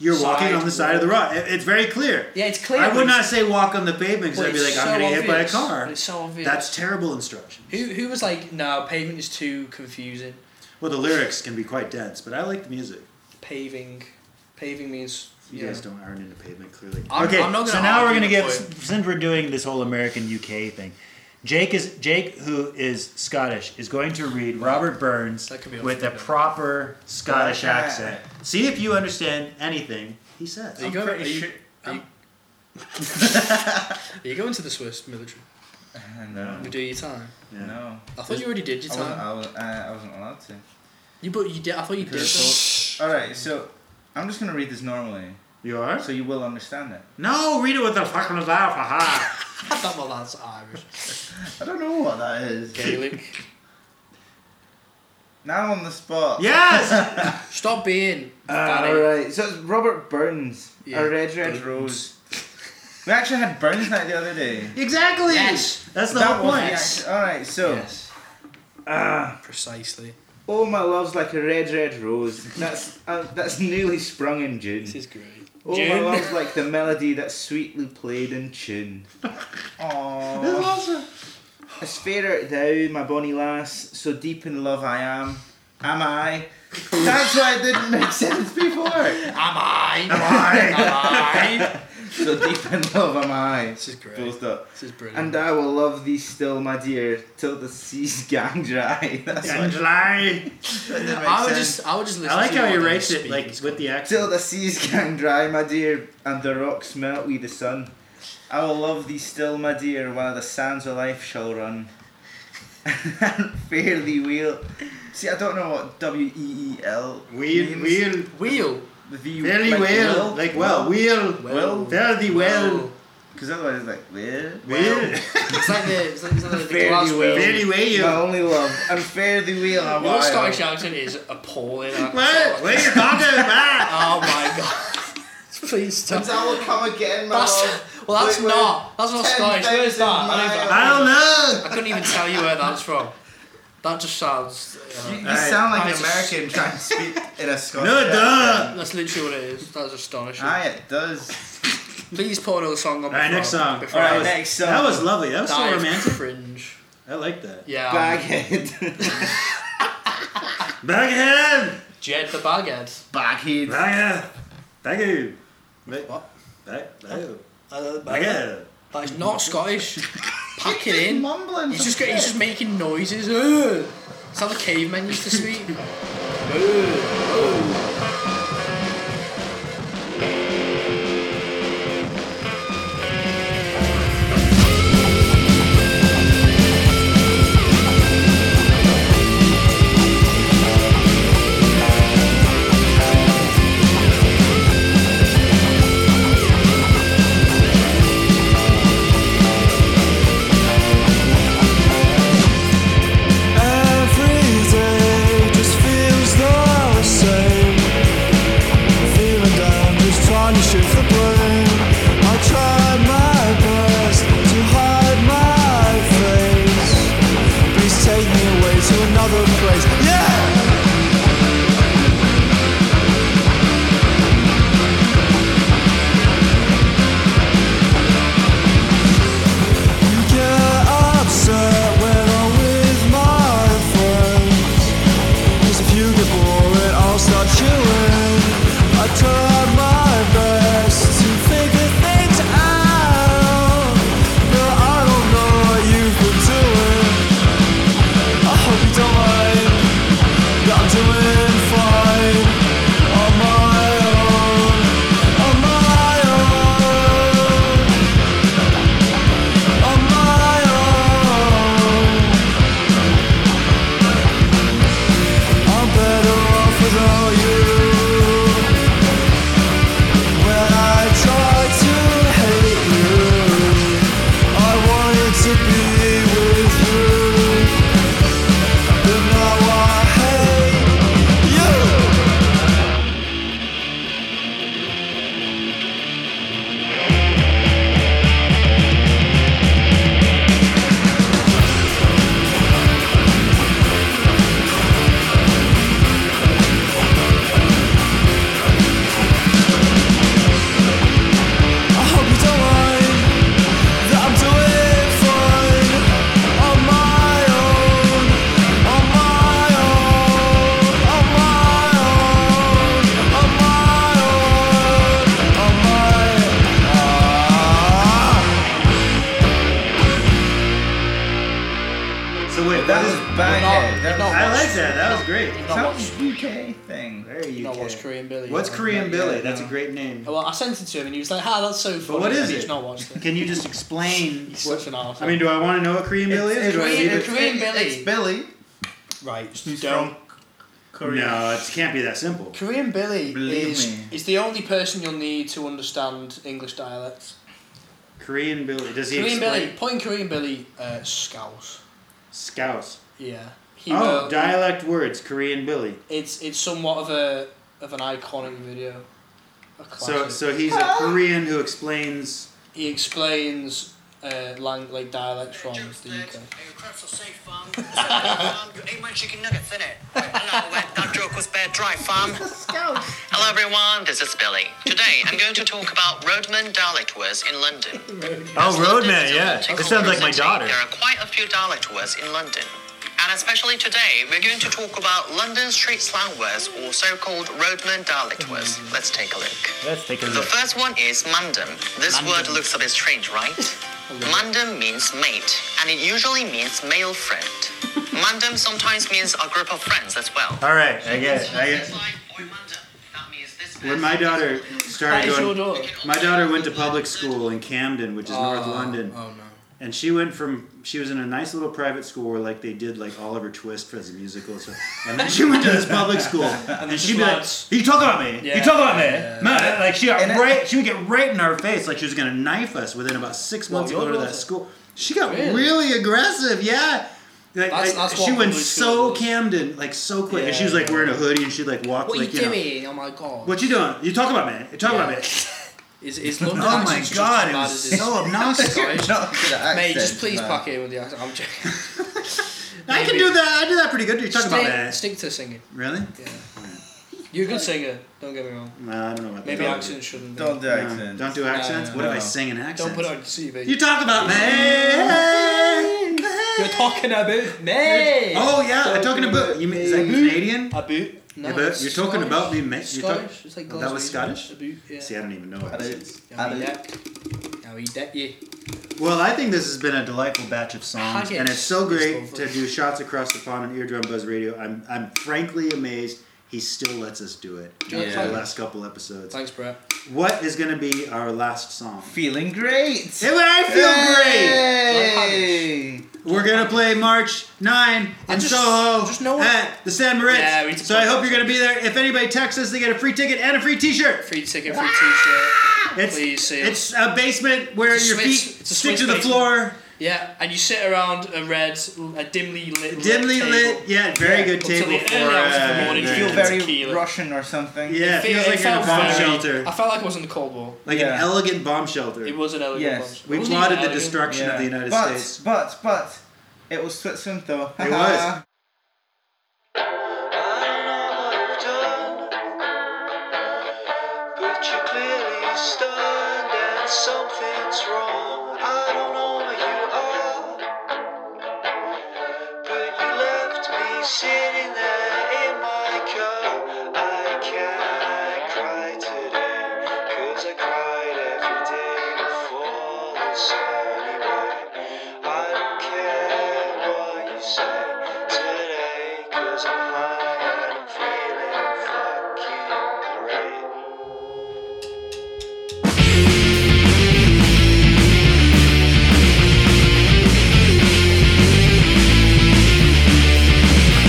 Speaker 3: You're walking on the
Speaker 4: Sidewalk.
Speaker 3: side of the road. It- It's very clear.
Speaker 4: Yeah, it's clear.
Speaker 3: I
Speaker 4: but
Speaker 3: would not say walk on the pavement
Speaker 4: it's-
Speaker 3: because I'd
Speaker 4: but
Speaker 3: be like,
Speaker 4: it's
Speaker 3: I'm
Speaker 4: so
Speaker 3: gonna get hit by a
Speaker 4: obvious. But
Speaker 3: car.
Speaker 4: It's so obvious.
Speaker 3: That's terrible instruction.
Speaker 4: who who was like, no, pavement is too confusing.
Speaker 3: Well, the lyrics can be quite dense, but I like the music.
Speaker 4: Paving, paving means
Speaker 3: You
Speaker 4: yeah.
Speaker 3: guys don't iron into pavement, clearly.
Speaker 4: I'm-
Speaker 3: okay,
Speaker 4: I'm not
Speaker 3: so
Speaker 4: gonna
Speaker 3: now we're
Speaker 4: argue
Speaker 3: gonna
Speaker 4: the
Speaker 3: get
Speaker 4: point.
Speaker 3: since we're doing this whole American UK thing. Jake is Jake, who is Scottish, is going to read Robert Burns
Speaker 4: That could be a
Speaker 3: with a
Speaker 4: freebie.
Speaker 3: proper Scottish
Speaker 2: Yeah.
Speaker 3: accent. See if you understand anything he says.
Speaker 4: Are you, going, are,
Speaker 2: pretty
Speaker 4: you,
Speaker 2: sure-
Speaker 4: are, you, are you going to the Swiss military?
Speaker 2: No.
Speaker 4: We do your time.
Speaker 3: Yeah.
Speaker 2: No.
Speaker 4: I thought you already did your
Speaker 2: I wasn't,
Speaker 4: time.
Speaker 2: I, was, uh, I wasn't allowed to.
Speaker 4: You but you did. I thought you did.
Speaker 2: Alright, so I'm just going to read this normally
Speaker 3: You are?
Speaker 2: so you will understand it.
Speaker 3: No, read it with a fucking laugh. (laughs) Aha.
Speaker 4: I thought well that's Irish,
Speaker 2: I don't know what that is.
Speaker 4: (laughs) Gaelic.
Speaker 2: Now on the spot.
Speaker 3: Yes. Uh,
Speaker 4: (laughs) Stop being. fatty.
Speaker 2: Alright, so it's Robert Burns.
Speaker 4: Yeah.
Speaker 2: A Red Red Rose. We actually had Burns Night the other day.
Speaker 3: exactly. Oh.
Speaker 4: Yes.
Speaker 3: That's the
Speaker 2: That
Speaker 3: whole
Speaker 2: was
Speaker 3: point.
Speaker 2: the act- Alright, so.
Speaker 4: Yes.
Speaker 3: Ah.
Speaker 4: Precisely.
Speaker 2: Oh, my love's like a red, red rose. That's uh, that's newly sprung in June.
Speaker 4: This is great.
Speaker 2: Oh, my
Speaker 4: June.
Speaker 2: love's like the melody that's sweetly played
Speaker 4: (laughs)
Speaker 2: in tune. Aww.
Speaker 3: Awesome.
Speaker 2: As fair art thou, my bonny lass, so deep in love I am. Am I? That's why it didn't make sense before.
Speaker 4: Am I?
Speaker 3: (laughs)
Speaker 4: Am (laughs) I?
Speaker 2: So deep in love am I.
Speaker 4: This is great.
Speaker 2: Full stop.
Speaker 4: This is brilliant.
Speaker 2: And I will love thee still, my dear, till the seas (laughs) gang dry. That's
Speaker 3: And
Speaker 2: why
Speaker 3: July.
Speaker 2: it didn't make
Speaker 4: I would
Speaker 2: sense.
Speaker 4: just, I would just
Speaker 3: I
Speaker 4: listen.
Speaker 3: like
Speaker 4: to you
Speaker 3: how he
Speaker 4: while they
Speaker 3: writes it
Speaker 4: speak.
Speaker 3: like with the accent.
Speaker 2: Till the seas can dry, my dear, and the rocks melt with the sun. I will love thee still, my dear, while the sands of life shall run. (laughs) and fare thee well. See, I don't know what W E E L.
Speaker 3: Wheel,
Speaker 2: means. E
Speaker 3: wheel,
Speaker 4: wheel.
Speaker 2: Thee
Speaker 3: fairly
Speaker 2: like
Speaker 3: well, like well, wheel,
Speaker 4: Well.
Speaker 3: fare thee well,
Speaker 4: Well.
Speaker 2: Because otherwise, it's like well,
Speaker 3: wheel,
Speaker 4: It's like the,
Speaker 3: (laughs)
Speaker 4: it's like, it's like the
Speaker 2: Fairly
Speaker 4: glass
Speaker 2: well.
Speaker 4: wheel.
Speaker 3: fairly
Speaker 2: my
Speaker 3: well.
Speaker 2: only love, and fare thee well. I
Speaker 4: Your
Speaker 2: will.
Speaker 4: Scottish accent is
Speaker 3: (laughs)
Speaker 4: appalling. I-
Speaker 3: What? What are you talking about?
Speaker 4: Oh my (laughs) god. Please
Speaker 7: And
Speaker 4: stop.
Speaker 7: I
Speaker 2: (laughs)
Speaker 7: will come again, my
Speaker 4: That's,
Speaker 7: love.
Speaker 4: well, that's
Speaker 7: Wait, wait.
Speaker 4: not. That's not Scottish. Where's that? I don't, even-
Speaker 3: I don't know.
Speaker 4: I couldn't even tell you where that's from. That just sounds. uh,
Speaker 2: You, you
Speaker 3: Alright.
Speaker 2: sound like
Speaker 4: I
Speaker 2: an
Speaker 4: just-
Speaker 2: American trying to speak in a Scottish
Speaker 3: No,
Speaker 2: accent.
Speaker 3: duh.
Speaker 4: that's literally what it is. That's astonishing.
Speaker 2: Aye, Ah, it does.
Speaker 4: Please pour another song
Speaker 3: All
Speaker 4: on.
Speaker 3: right, next song.
Speaker 4: Before
Speaker 3: All
Speaker 2: Alright,
Speaker 3: right, was-
Speaker 4: I
Speaker 2: next
Speaker 3: (laughs)
Speaker 2: song.
Speaker 3: That was lovely. That was so
Speaker 4: die of
Speaker 3: romantic.
Speaker 4: Cringe.
Speaker 3: I like that.
Speaker 4: Yeah.
Speaker 2: Baghead.
Speaker 3: Baghead!
Speaker 4: Jed the Baghead.
Speaker 2: Baghead.
Speaker 3: Baghead! Baghead! Ba-
Speaker 4: What?
Speaker 3: Ba- Baghead.
Speaker 4: Uh,
Speaker 3: Baghead!
Speaker 4: That is not Scottish.
Speaker 3: (laughs)
Speaker 4: Pack it in.
Speaker 2: Mumbling.
Speaker 4: He's just, he's just making noises. Ugh. It's how the cavemen used
Speaker 3: (laughs)
Speaker 4: to speak. Ugh. Ugh.
Speaker 10: ah.
Speaker 3: So wait,
Speaker 2: That is
Speaker 4: Not-
Speaker 2: Baghead. That
Speaker 4: not-
Speaker 2: was,
Speaker 3: I like that. That was great.
Speaker 4: Not
Speaker 2: sounds UK thing.
Speaker 3: Very
Speaker 4: Not watch
Speaker 3: UK.
Speaker 4: Korean Billy.
Speaker 3: What's
Speaker 4: yeah.
Speaker 3: Korean
Speaker 2: Yeah,
Speaker 3: Billy?
Speaker 2: yeah,
Speaker 3: That's a
Speaker 2: no.
Speaker 3: great name.
Speaker 4: Well, I sent it to him and he was like, "Ah, that's so funny."
Speaker 3: what is
Speaker 4: and
Speaker 3: it?
Speaker 4: He's not watched
Speaker 3: (laughs)
Speaker 4: it.
Speaker 3: Can you just explain?
Speaker 4: He's
Speaker 3: What,
Speaker 4: such an arsehole.
Speaker 3: I mean, do I want to know what Korean Billy is? Do I leave it-
Speaker 4: Korean- Korean Billy.
Speaker 2: It's Billy.
Speaker 4: right.
Speaker 2: He's
Speaker 4: Don't.
Speaker 2: from Korea.
Speaker 3: (laughs) No, it can't be that simple.
Speaker 4: Korean Billy
Speaker 2: Believe
Speaker 4: is
Speaker 2: me.
Speaker 4: is the only person you'll need to understand English dialects.
Speaker 3: Korean Billy. Does he
Speaker 4: Korean
Speaker 3: explain?
Speaker 4: Billy, point Korean Billy, uh, scouse.
Speaker 3: Scouse.
Speaker 4: Yeah. He
Speaker 3: Oh,
Speaker 4: will-
Speaker 3: dialect words. Korean Billy.
Speaker 4: It's it's somewhat of a of an iconic video. A
Speaker 3: So
Speaker 4: classic.
Speaker 3: so he's a Korean who explains.
Speaker 4: he explains uh, lang- like dialects from the UK.
Speaker 11: pretzel safe, fam. (laughs) Ain't my chicken nuggets in it. Hello, uh,
Speaker 4: (laughs)
Speaker 11: that joke was bad dry, fam. Hello, everyone. This is Billy. Today, I'm going to talk about Roadman dialect words in London.
Speaker 3: Oh,
Speaker 11: London is a multicultural city, There are quite a few dialect words in London. And especially today, we're going to talk about London street slang words or so-called roadman dialect words. Let's take a look.
Speaker 3: Let's take a
Speaker 11: The first one is mandem. This word looks a bit strange, right? mandem means mate, and it usually means male friend. mandem sometimes means a group of friends as well.
Speaker 3: All right, I get it. I get it. When my daughter
Speaker 4: That
Speaker 3: started
Speaker 4: is your
Speaker 3: going,
Speaker 4: door.
Speaker 3: my daughter went to public school in Camden, which is North London,
Speaker 4: Oh no.
Speaker 3: and she went from she was in a nice little private school where like they did like Oliver Twist for the musical, so, and then she went to this public
Speaker 4: (laughs)
Speaker 3: school, and,
Speaker 4: this
Speaker 3: she'd
Speaker 4: is
Speaker 3: be like,
Speaker 4: lads.
Speaker 3: "You talk about me,
Speaker 4: Yeah.
Speaker 3: you talk about me,"
Speaker 4: Yeah.
Speaker 3: Man, like she got
Speaker 2: And it-
Speaker 3: right, she would get right in our face, like she was gonna knife us within about six months of
Speaker 4: your
Speaker 3: going to that
Speaker 4: daughter?
Speaker 3: school. She got
Speaker 4: Really?
Speaker 3: really, aggressive, yeah. Like,
Speaker 4: That's-
Speaker 3: I-
Speaker 4: that's
Speaker 3: she
Speaker 4: what
Speaker 3: went
Speaker 4: public
Speaker 3: so
Speaker 4: school is.
Speaker 3: Camden, like so quick, and she
Speaker 4: Yeah,
Speaker 3: was like
Speaker 4: yeah.
Speaker 3: wearing a hoodie, and she like walked
Speaker 4: What
Speaker 3: like
Speaker 4: you
Speaker 3: you know.
Speaker 4: doing? Oh my god.
Speaker 3: What you doing? You talk about me. You talk about me.
Speaker 4: Is is (laughs) London?
Speaker 3: Oh my
Speaker 4: accent's just
Speaker 3: god,
Speaker 4: as
Speaker 3: it
Speaker 4: bad
Speaker 3: was
Speaker 4: as his-
Speaker 3: so obnoxious.
Speaker 2: Not a good accent,
Speaker 4: Mate, just please
Speaker 2: no.
Speaker 4: pack in with the accent. I'm joking.
Speaker 3: I can do that. I do that pretty good. You're talking
Speaker 4: Stick,
Speaker 3: about that.
Speaker 4: stick to singing.
Speaker 3: Really?
Speaker 4: You're a good singer. Don't get me wrong.
Speaker 3: No, I don't know about
Speaker 4: Maybe
Speaker 3: that.
Speaker 4: accents shouldn't. Be.
Speaker 2: Don't do
Speaker 3: No,
Speaker 2: accents.
Speaker 3: Don't do accents.
Speaker 4: no,
Speaker 3: what if I
Speaker 2: no.
Speaker 3: sing an accent?
Speaker 4: Don't put it on your CV.
Speaker 3: You talk about man.
Speaker 4: You're talking about me.
Speaker 3: Oh yeah, I'm talking about. You mean is that Canadian?
Speaker 4: A boot. No,
Speaker 3: Yeah, but
Speaker 4: it's
Speaker 3: you're talking about me, mate. You're talk-
Speaker 4: Scottish. It's like
Speaker 3: Oh, that was
Speaker 4: Glaswegian.
Speaker 3: Scottish?
Speaker 4: A boot, yeah.
Speaker 3: See, I don't even know accents.
Speaker 4: Now he deck. Now he deck you.
Speaker 3: Well, I think this has been a delightful batch of songs,
Speaker 4: Haggis.
Speaker 3: and it's so
Speaker 4: It's
Speaker 3: great
Speaker 4: lovely.
Speaker 3: to do shots across the pond on Eardrum Buzz Radio. I'm, I'm frankly amazed he still lets us do it after
Speaker 4: Yeah.
Speaker 3: the last couple episodes.
Speaker 4: Thanks, Brett.
Speaker 3: What is going to be our last song?
Speaker 2: Feeling great.
Speaker 3: Hey, well, I feel
Speaker 2: Hey!
Speaker 3: great. We're gonna play March nine in
Speaker 4: just-
Speaker 3: Soho
Speaker 4: just know-
Speaker 3: at the San Moritz.
Speaker 4: Yeah, we need to
Speaker 3: so
Speaker 4: play
Speaker 3: I hope
Speaker 4: that
Speaker 3: you're gonna be there. If anybody texts us, they get a free ticket and a free T-shirt.
Speaker 4: Free ticket, free T-shirt.
Speaker 3: (laughs) It's
Speaker 4: Please see us.
Speaker 3: it's a basement where
Speaker 4: It's a
Speaker 3: your
Speaker 4: Swiss-
Speaker 3: feet
Speaker 4: it's a
Speaker 3: stick
Speaker 4: Swiss
Speaker 3: to the
Speaker 4: basement.
Speaker 3: floor,
Speaker 4: Yeah, and you sit around a red, a dimly lit,
Speaker 3: dimly
Speaker 4: red
Speaker 3: lit.
Speaker 4: table.
Speaker 3: Yeah, very
Speaker 2: Yeah,
Speaker 3: good
Speaker 4: until
Speaker 3: table
Speaker 4: the
Speaker 3: for.
Speaker 4: early hours of the
Speaker 3: uh,
Speaker 4: morning.
Speaker 2: You
Speaker 4: Yeah.
Speaker 2: feel
Speaker 3: very-
Speaker 2: very
Speaker 4: Tequila.
Speaker 2: Russian or something.
Speaker 3: Yeah, it
Speaker 4: Fe-
Speaker 3: feels
Speaker 4: it
Speaker 3: like you're in a
Speaker 4: felt
Speaker 3: bomb
Speaker 4: very-
Speaker 3: shelter,
Speaker 4: I felt like I was in the Cold War.
Speaker 3: like an
Speaker 2: Yeah.
Speaker 3: elegant bomb shelter.
Speaker 4: It was an elegant
Speaker 2: Yes.
Speaker 4: bunch. It
Speaker 3: we
Speaker 4: wasn't
Speaker 3: plotted
Speaker 4: even
Speaker 3: the
Speaker 4: elegant.
Speaker 3: destruction of
Speaker 2: Yeah.
Speaker 3: the United
Speaker 2: but,
Speaker 3: States.
Speaker 2: But, but, it was Switzerland though.
Speaker 3: It
Speaker 2: (laughs)
Speaker 3: was.
Speaker 10: I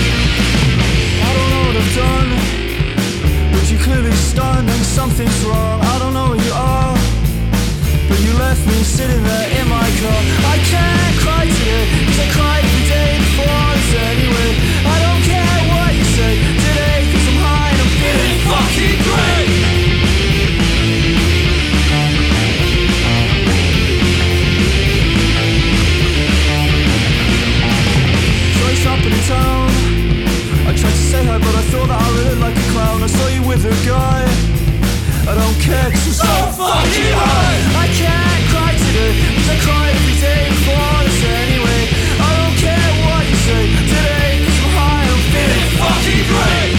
Speaker 10: don't know what I've done, but you clearly stunned and something's wrong. I don't know where you are, but you left me sitting there in my car. I can't cry today, cause I cried the day before I was anyway. I don't care what you say today, cause I'm high and I'm feeling fucking great. Joyce up in town. I tried to say hi, but I thought that I really like a clown. I saw you with a guy. I don't care, cause I'm so Oh, fucking high. I can't cry today, cause I cry every day before this anyway. I don't care what you say today, cause I'm high, I'm feeling fucking great.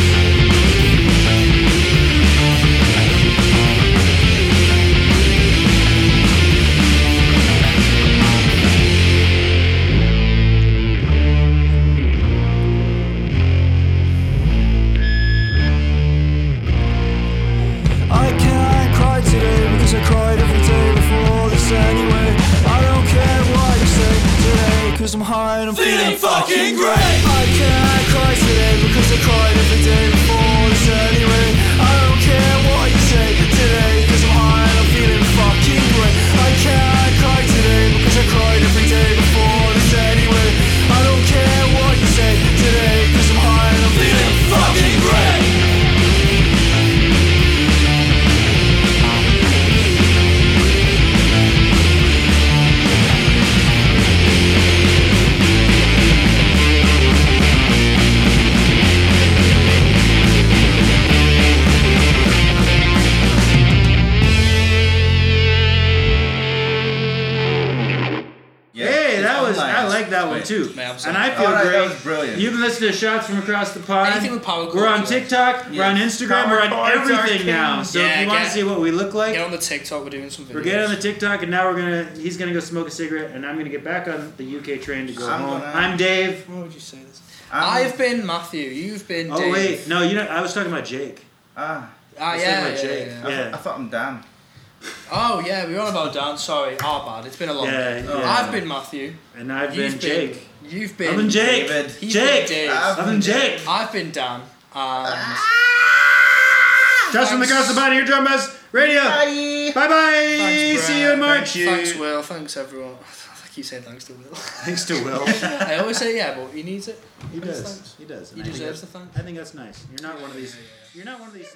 Speaker 10: I can't cry today because I cried every day before this anyway. I don't care what you say today because I'm high and I'm feeling, fucking great. I can't cry today because I cried every day before this anyway. I don't care what you say today because I'm high and I'm feeling fucking great. I can't cry today because I cried every day before this anyway. I don't care what you say today because I'm high and I'm feeling fucking great.
Speaker 2: Yeah,
Speaker 3: hey, that
Speaker 2: it's
Speaker 3: was
Speaker 2: online.
Speaker 3: I like that one too,
Speaker 4: Man, I'm sorry.
Speaker 3: and
Speaker 4: Oh,
Speaker 3: I feel
Speaker 2: All right,
Speaker 3: great.
Speaker 2: that was brilliant.
Speaker 3: You can listen to shots from across the pond.
Speaker 4: Anything with Power
Speaker 3: We're on
Speaker 4: Culture.
Speaker 3: TikTok. We're on
Speaker 2: Yeah.
Speaker 3: Instagram. We're
Speaker 2: Power
Speaker 3: on
Speaker 2: Culture
Speaker 3: everything
Speaker 2: King.
Speaker 3: now. So if
Speaker 4: Yeah,
Speaker 3: you want to
Speaker 4: get-
Speaker 3: see what we look like,
Speaker 4: Get on the TikTok. We're doing some videos.
Speaker 3: we're getting on the TikTok, and now we're gonna. He's gonna go smoke a cigarette, and I'm gonna get back on the UK train to go
Speaker 2: I'm
Speaker 3: home.
Speaker 2: gonna-
Speaker 3: I'm Dave.
Speaker 4: Why would you say this?
Speaker 2: I'm-
Speaker 4: I've been Matthew. You've been.
Speaker 3: Um, Oh
Speaker 4: Dave.
Speaker 3: wait, no, you know I was talking about Jake.
Speaker 2: Ah,
Speaker 4: Ah
Speaker 3: I was
Speaker 4: yeah,
Speaker 3: talking
Speaker 4: yeah,
Speaker 3: about Jake.
Speaker 4: yeah, yeah.
Speaker 2: I, thought- I thought I'm damn.
Speaker 4: Oh yeah, we were on about Dan. Sorry, our bad. It's been a long
Speaker 3: Yeah,
Speaker 4: day.
Speaker 3: yeah.
Speaker 4: I've been Matthew.
Speaker 3: and I've
Speaker 4: You've
Speaker 3: been Jake.
Speaker 4: You've been.
Speaker 3: I've been Jake.
Speaker 2: David.
Speaker 4: He's
Speaker 3: Jake.
Speaker 4: been Dave.
Speaker 2: I've
Speaker 3: I've been Jake.
Speaker 4: I've been Dan. Um, And
Speaker 3: Shots from across the pond. Here, drum buzz radio.
Speaker 2: Bye.
Speaker 3: Bye bye.
Speaker 4: Thanks,
Speaker 3: See you in
Speaker 4: Brad.
Speaker 3: March.
Speaker 4: Thanks, Will. Thanks, everyone. (laughs) I keep saying thanks to Will.
Speaker 3: Thanks to Will.
Speaker 4: (laughs) I always say yeah, but he needs it.
Speaker 3: He
Speaker 4: Thanks,
Speaker 3: does.
Speaker 4: thanks.
Speaker 3: He does.
Speaker 4: He
Speaker 3: and I think that's-
Speaker 4: deserves the thanks.
Speaker 3: I think that's nice. You're not one of these. You're not one of these.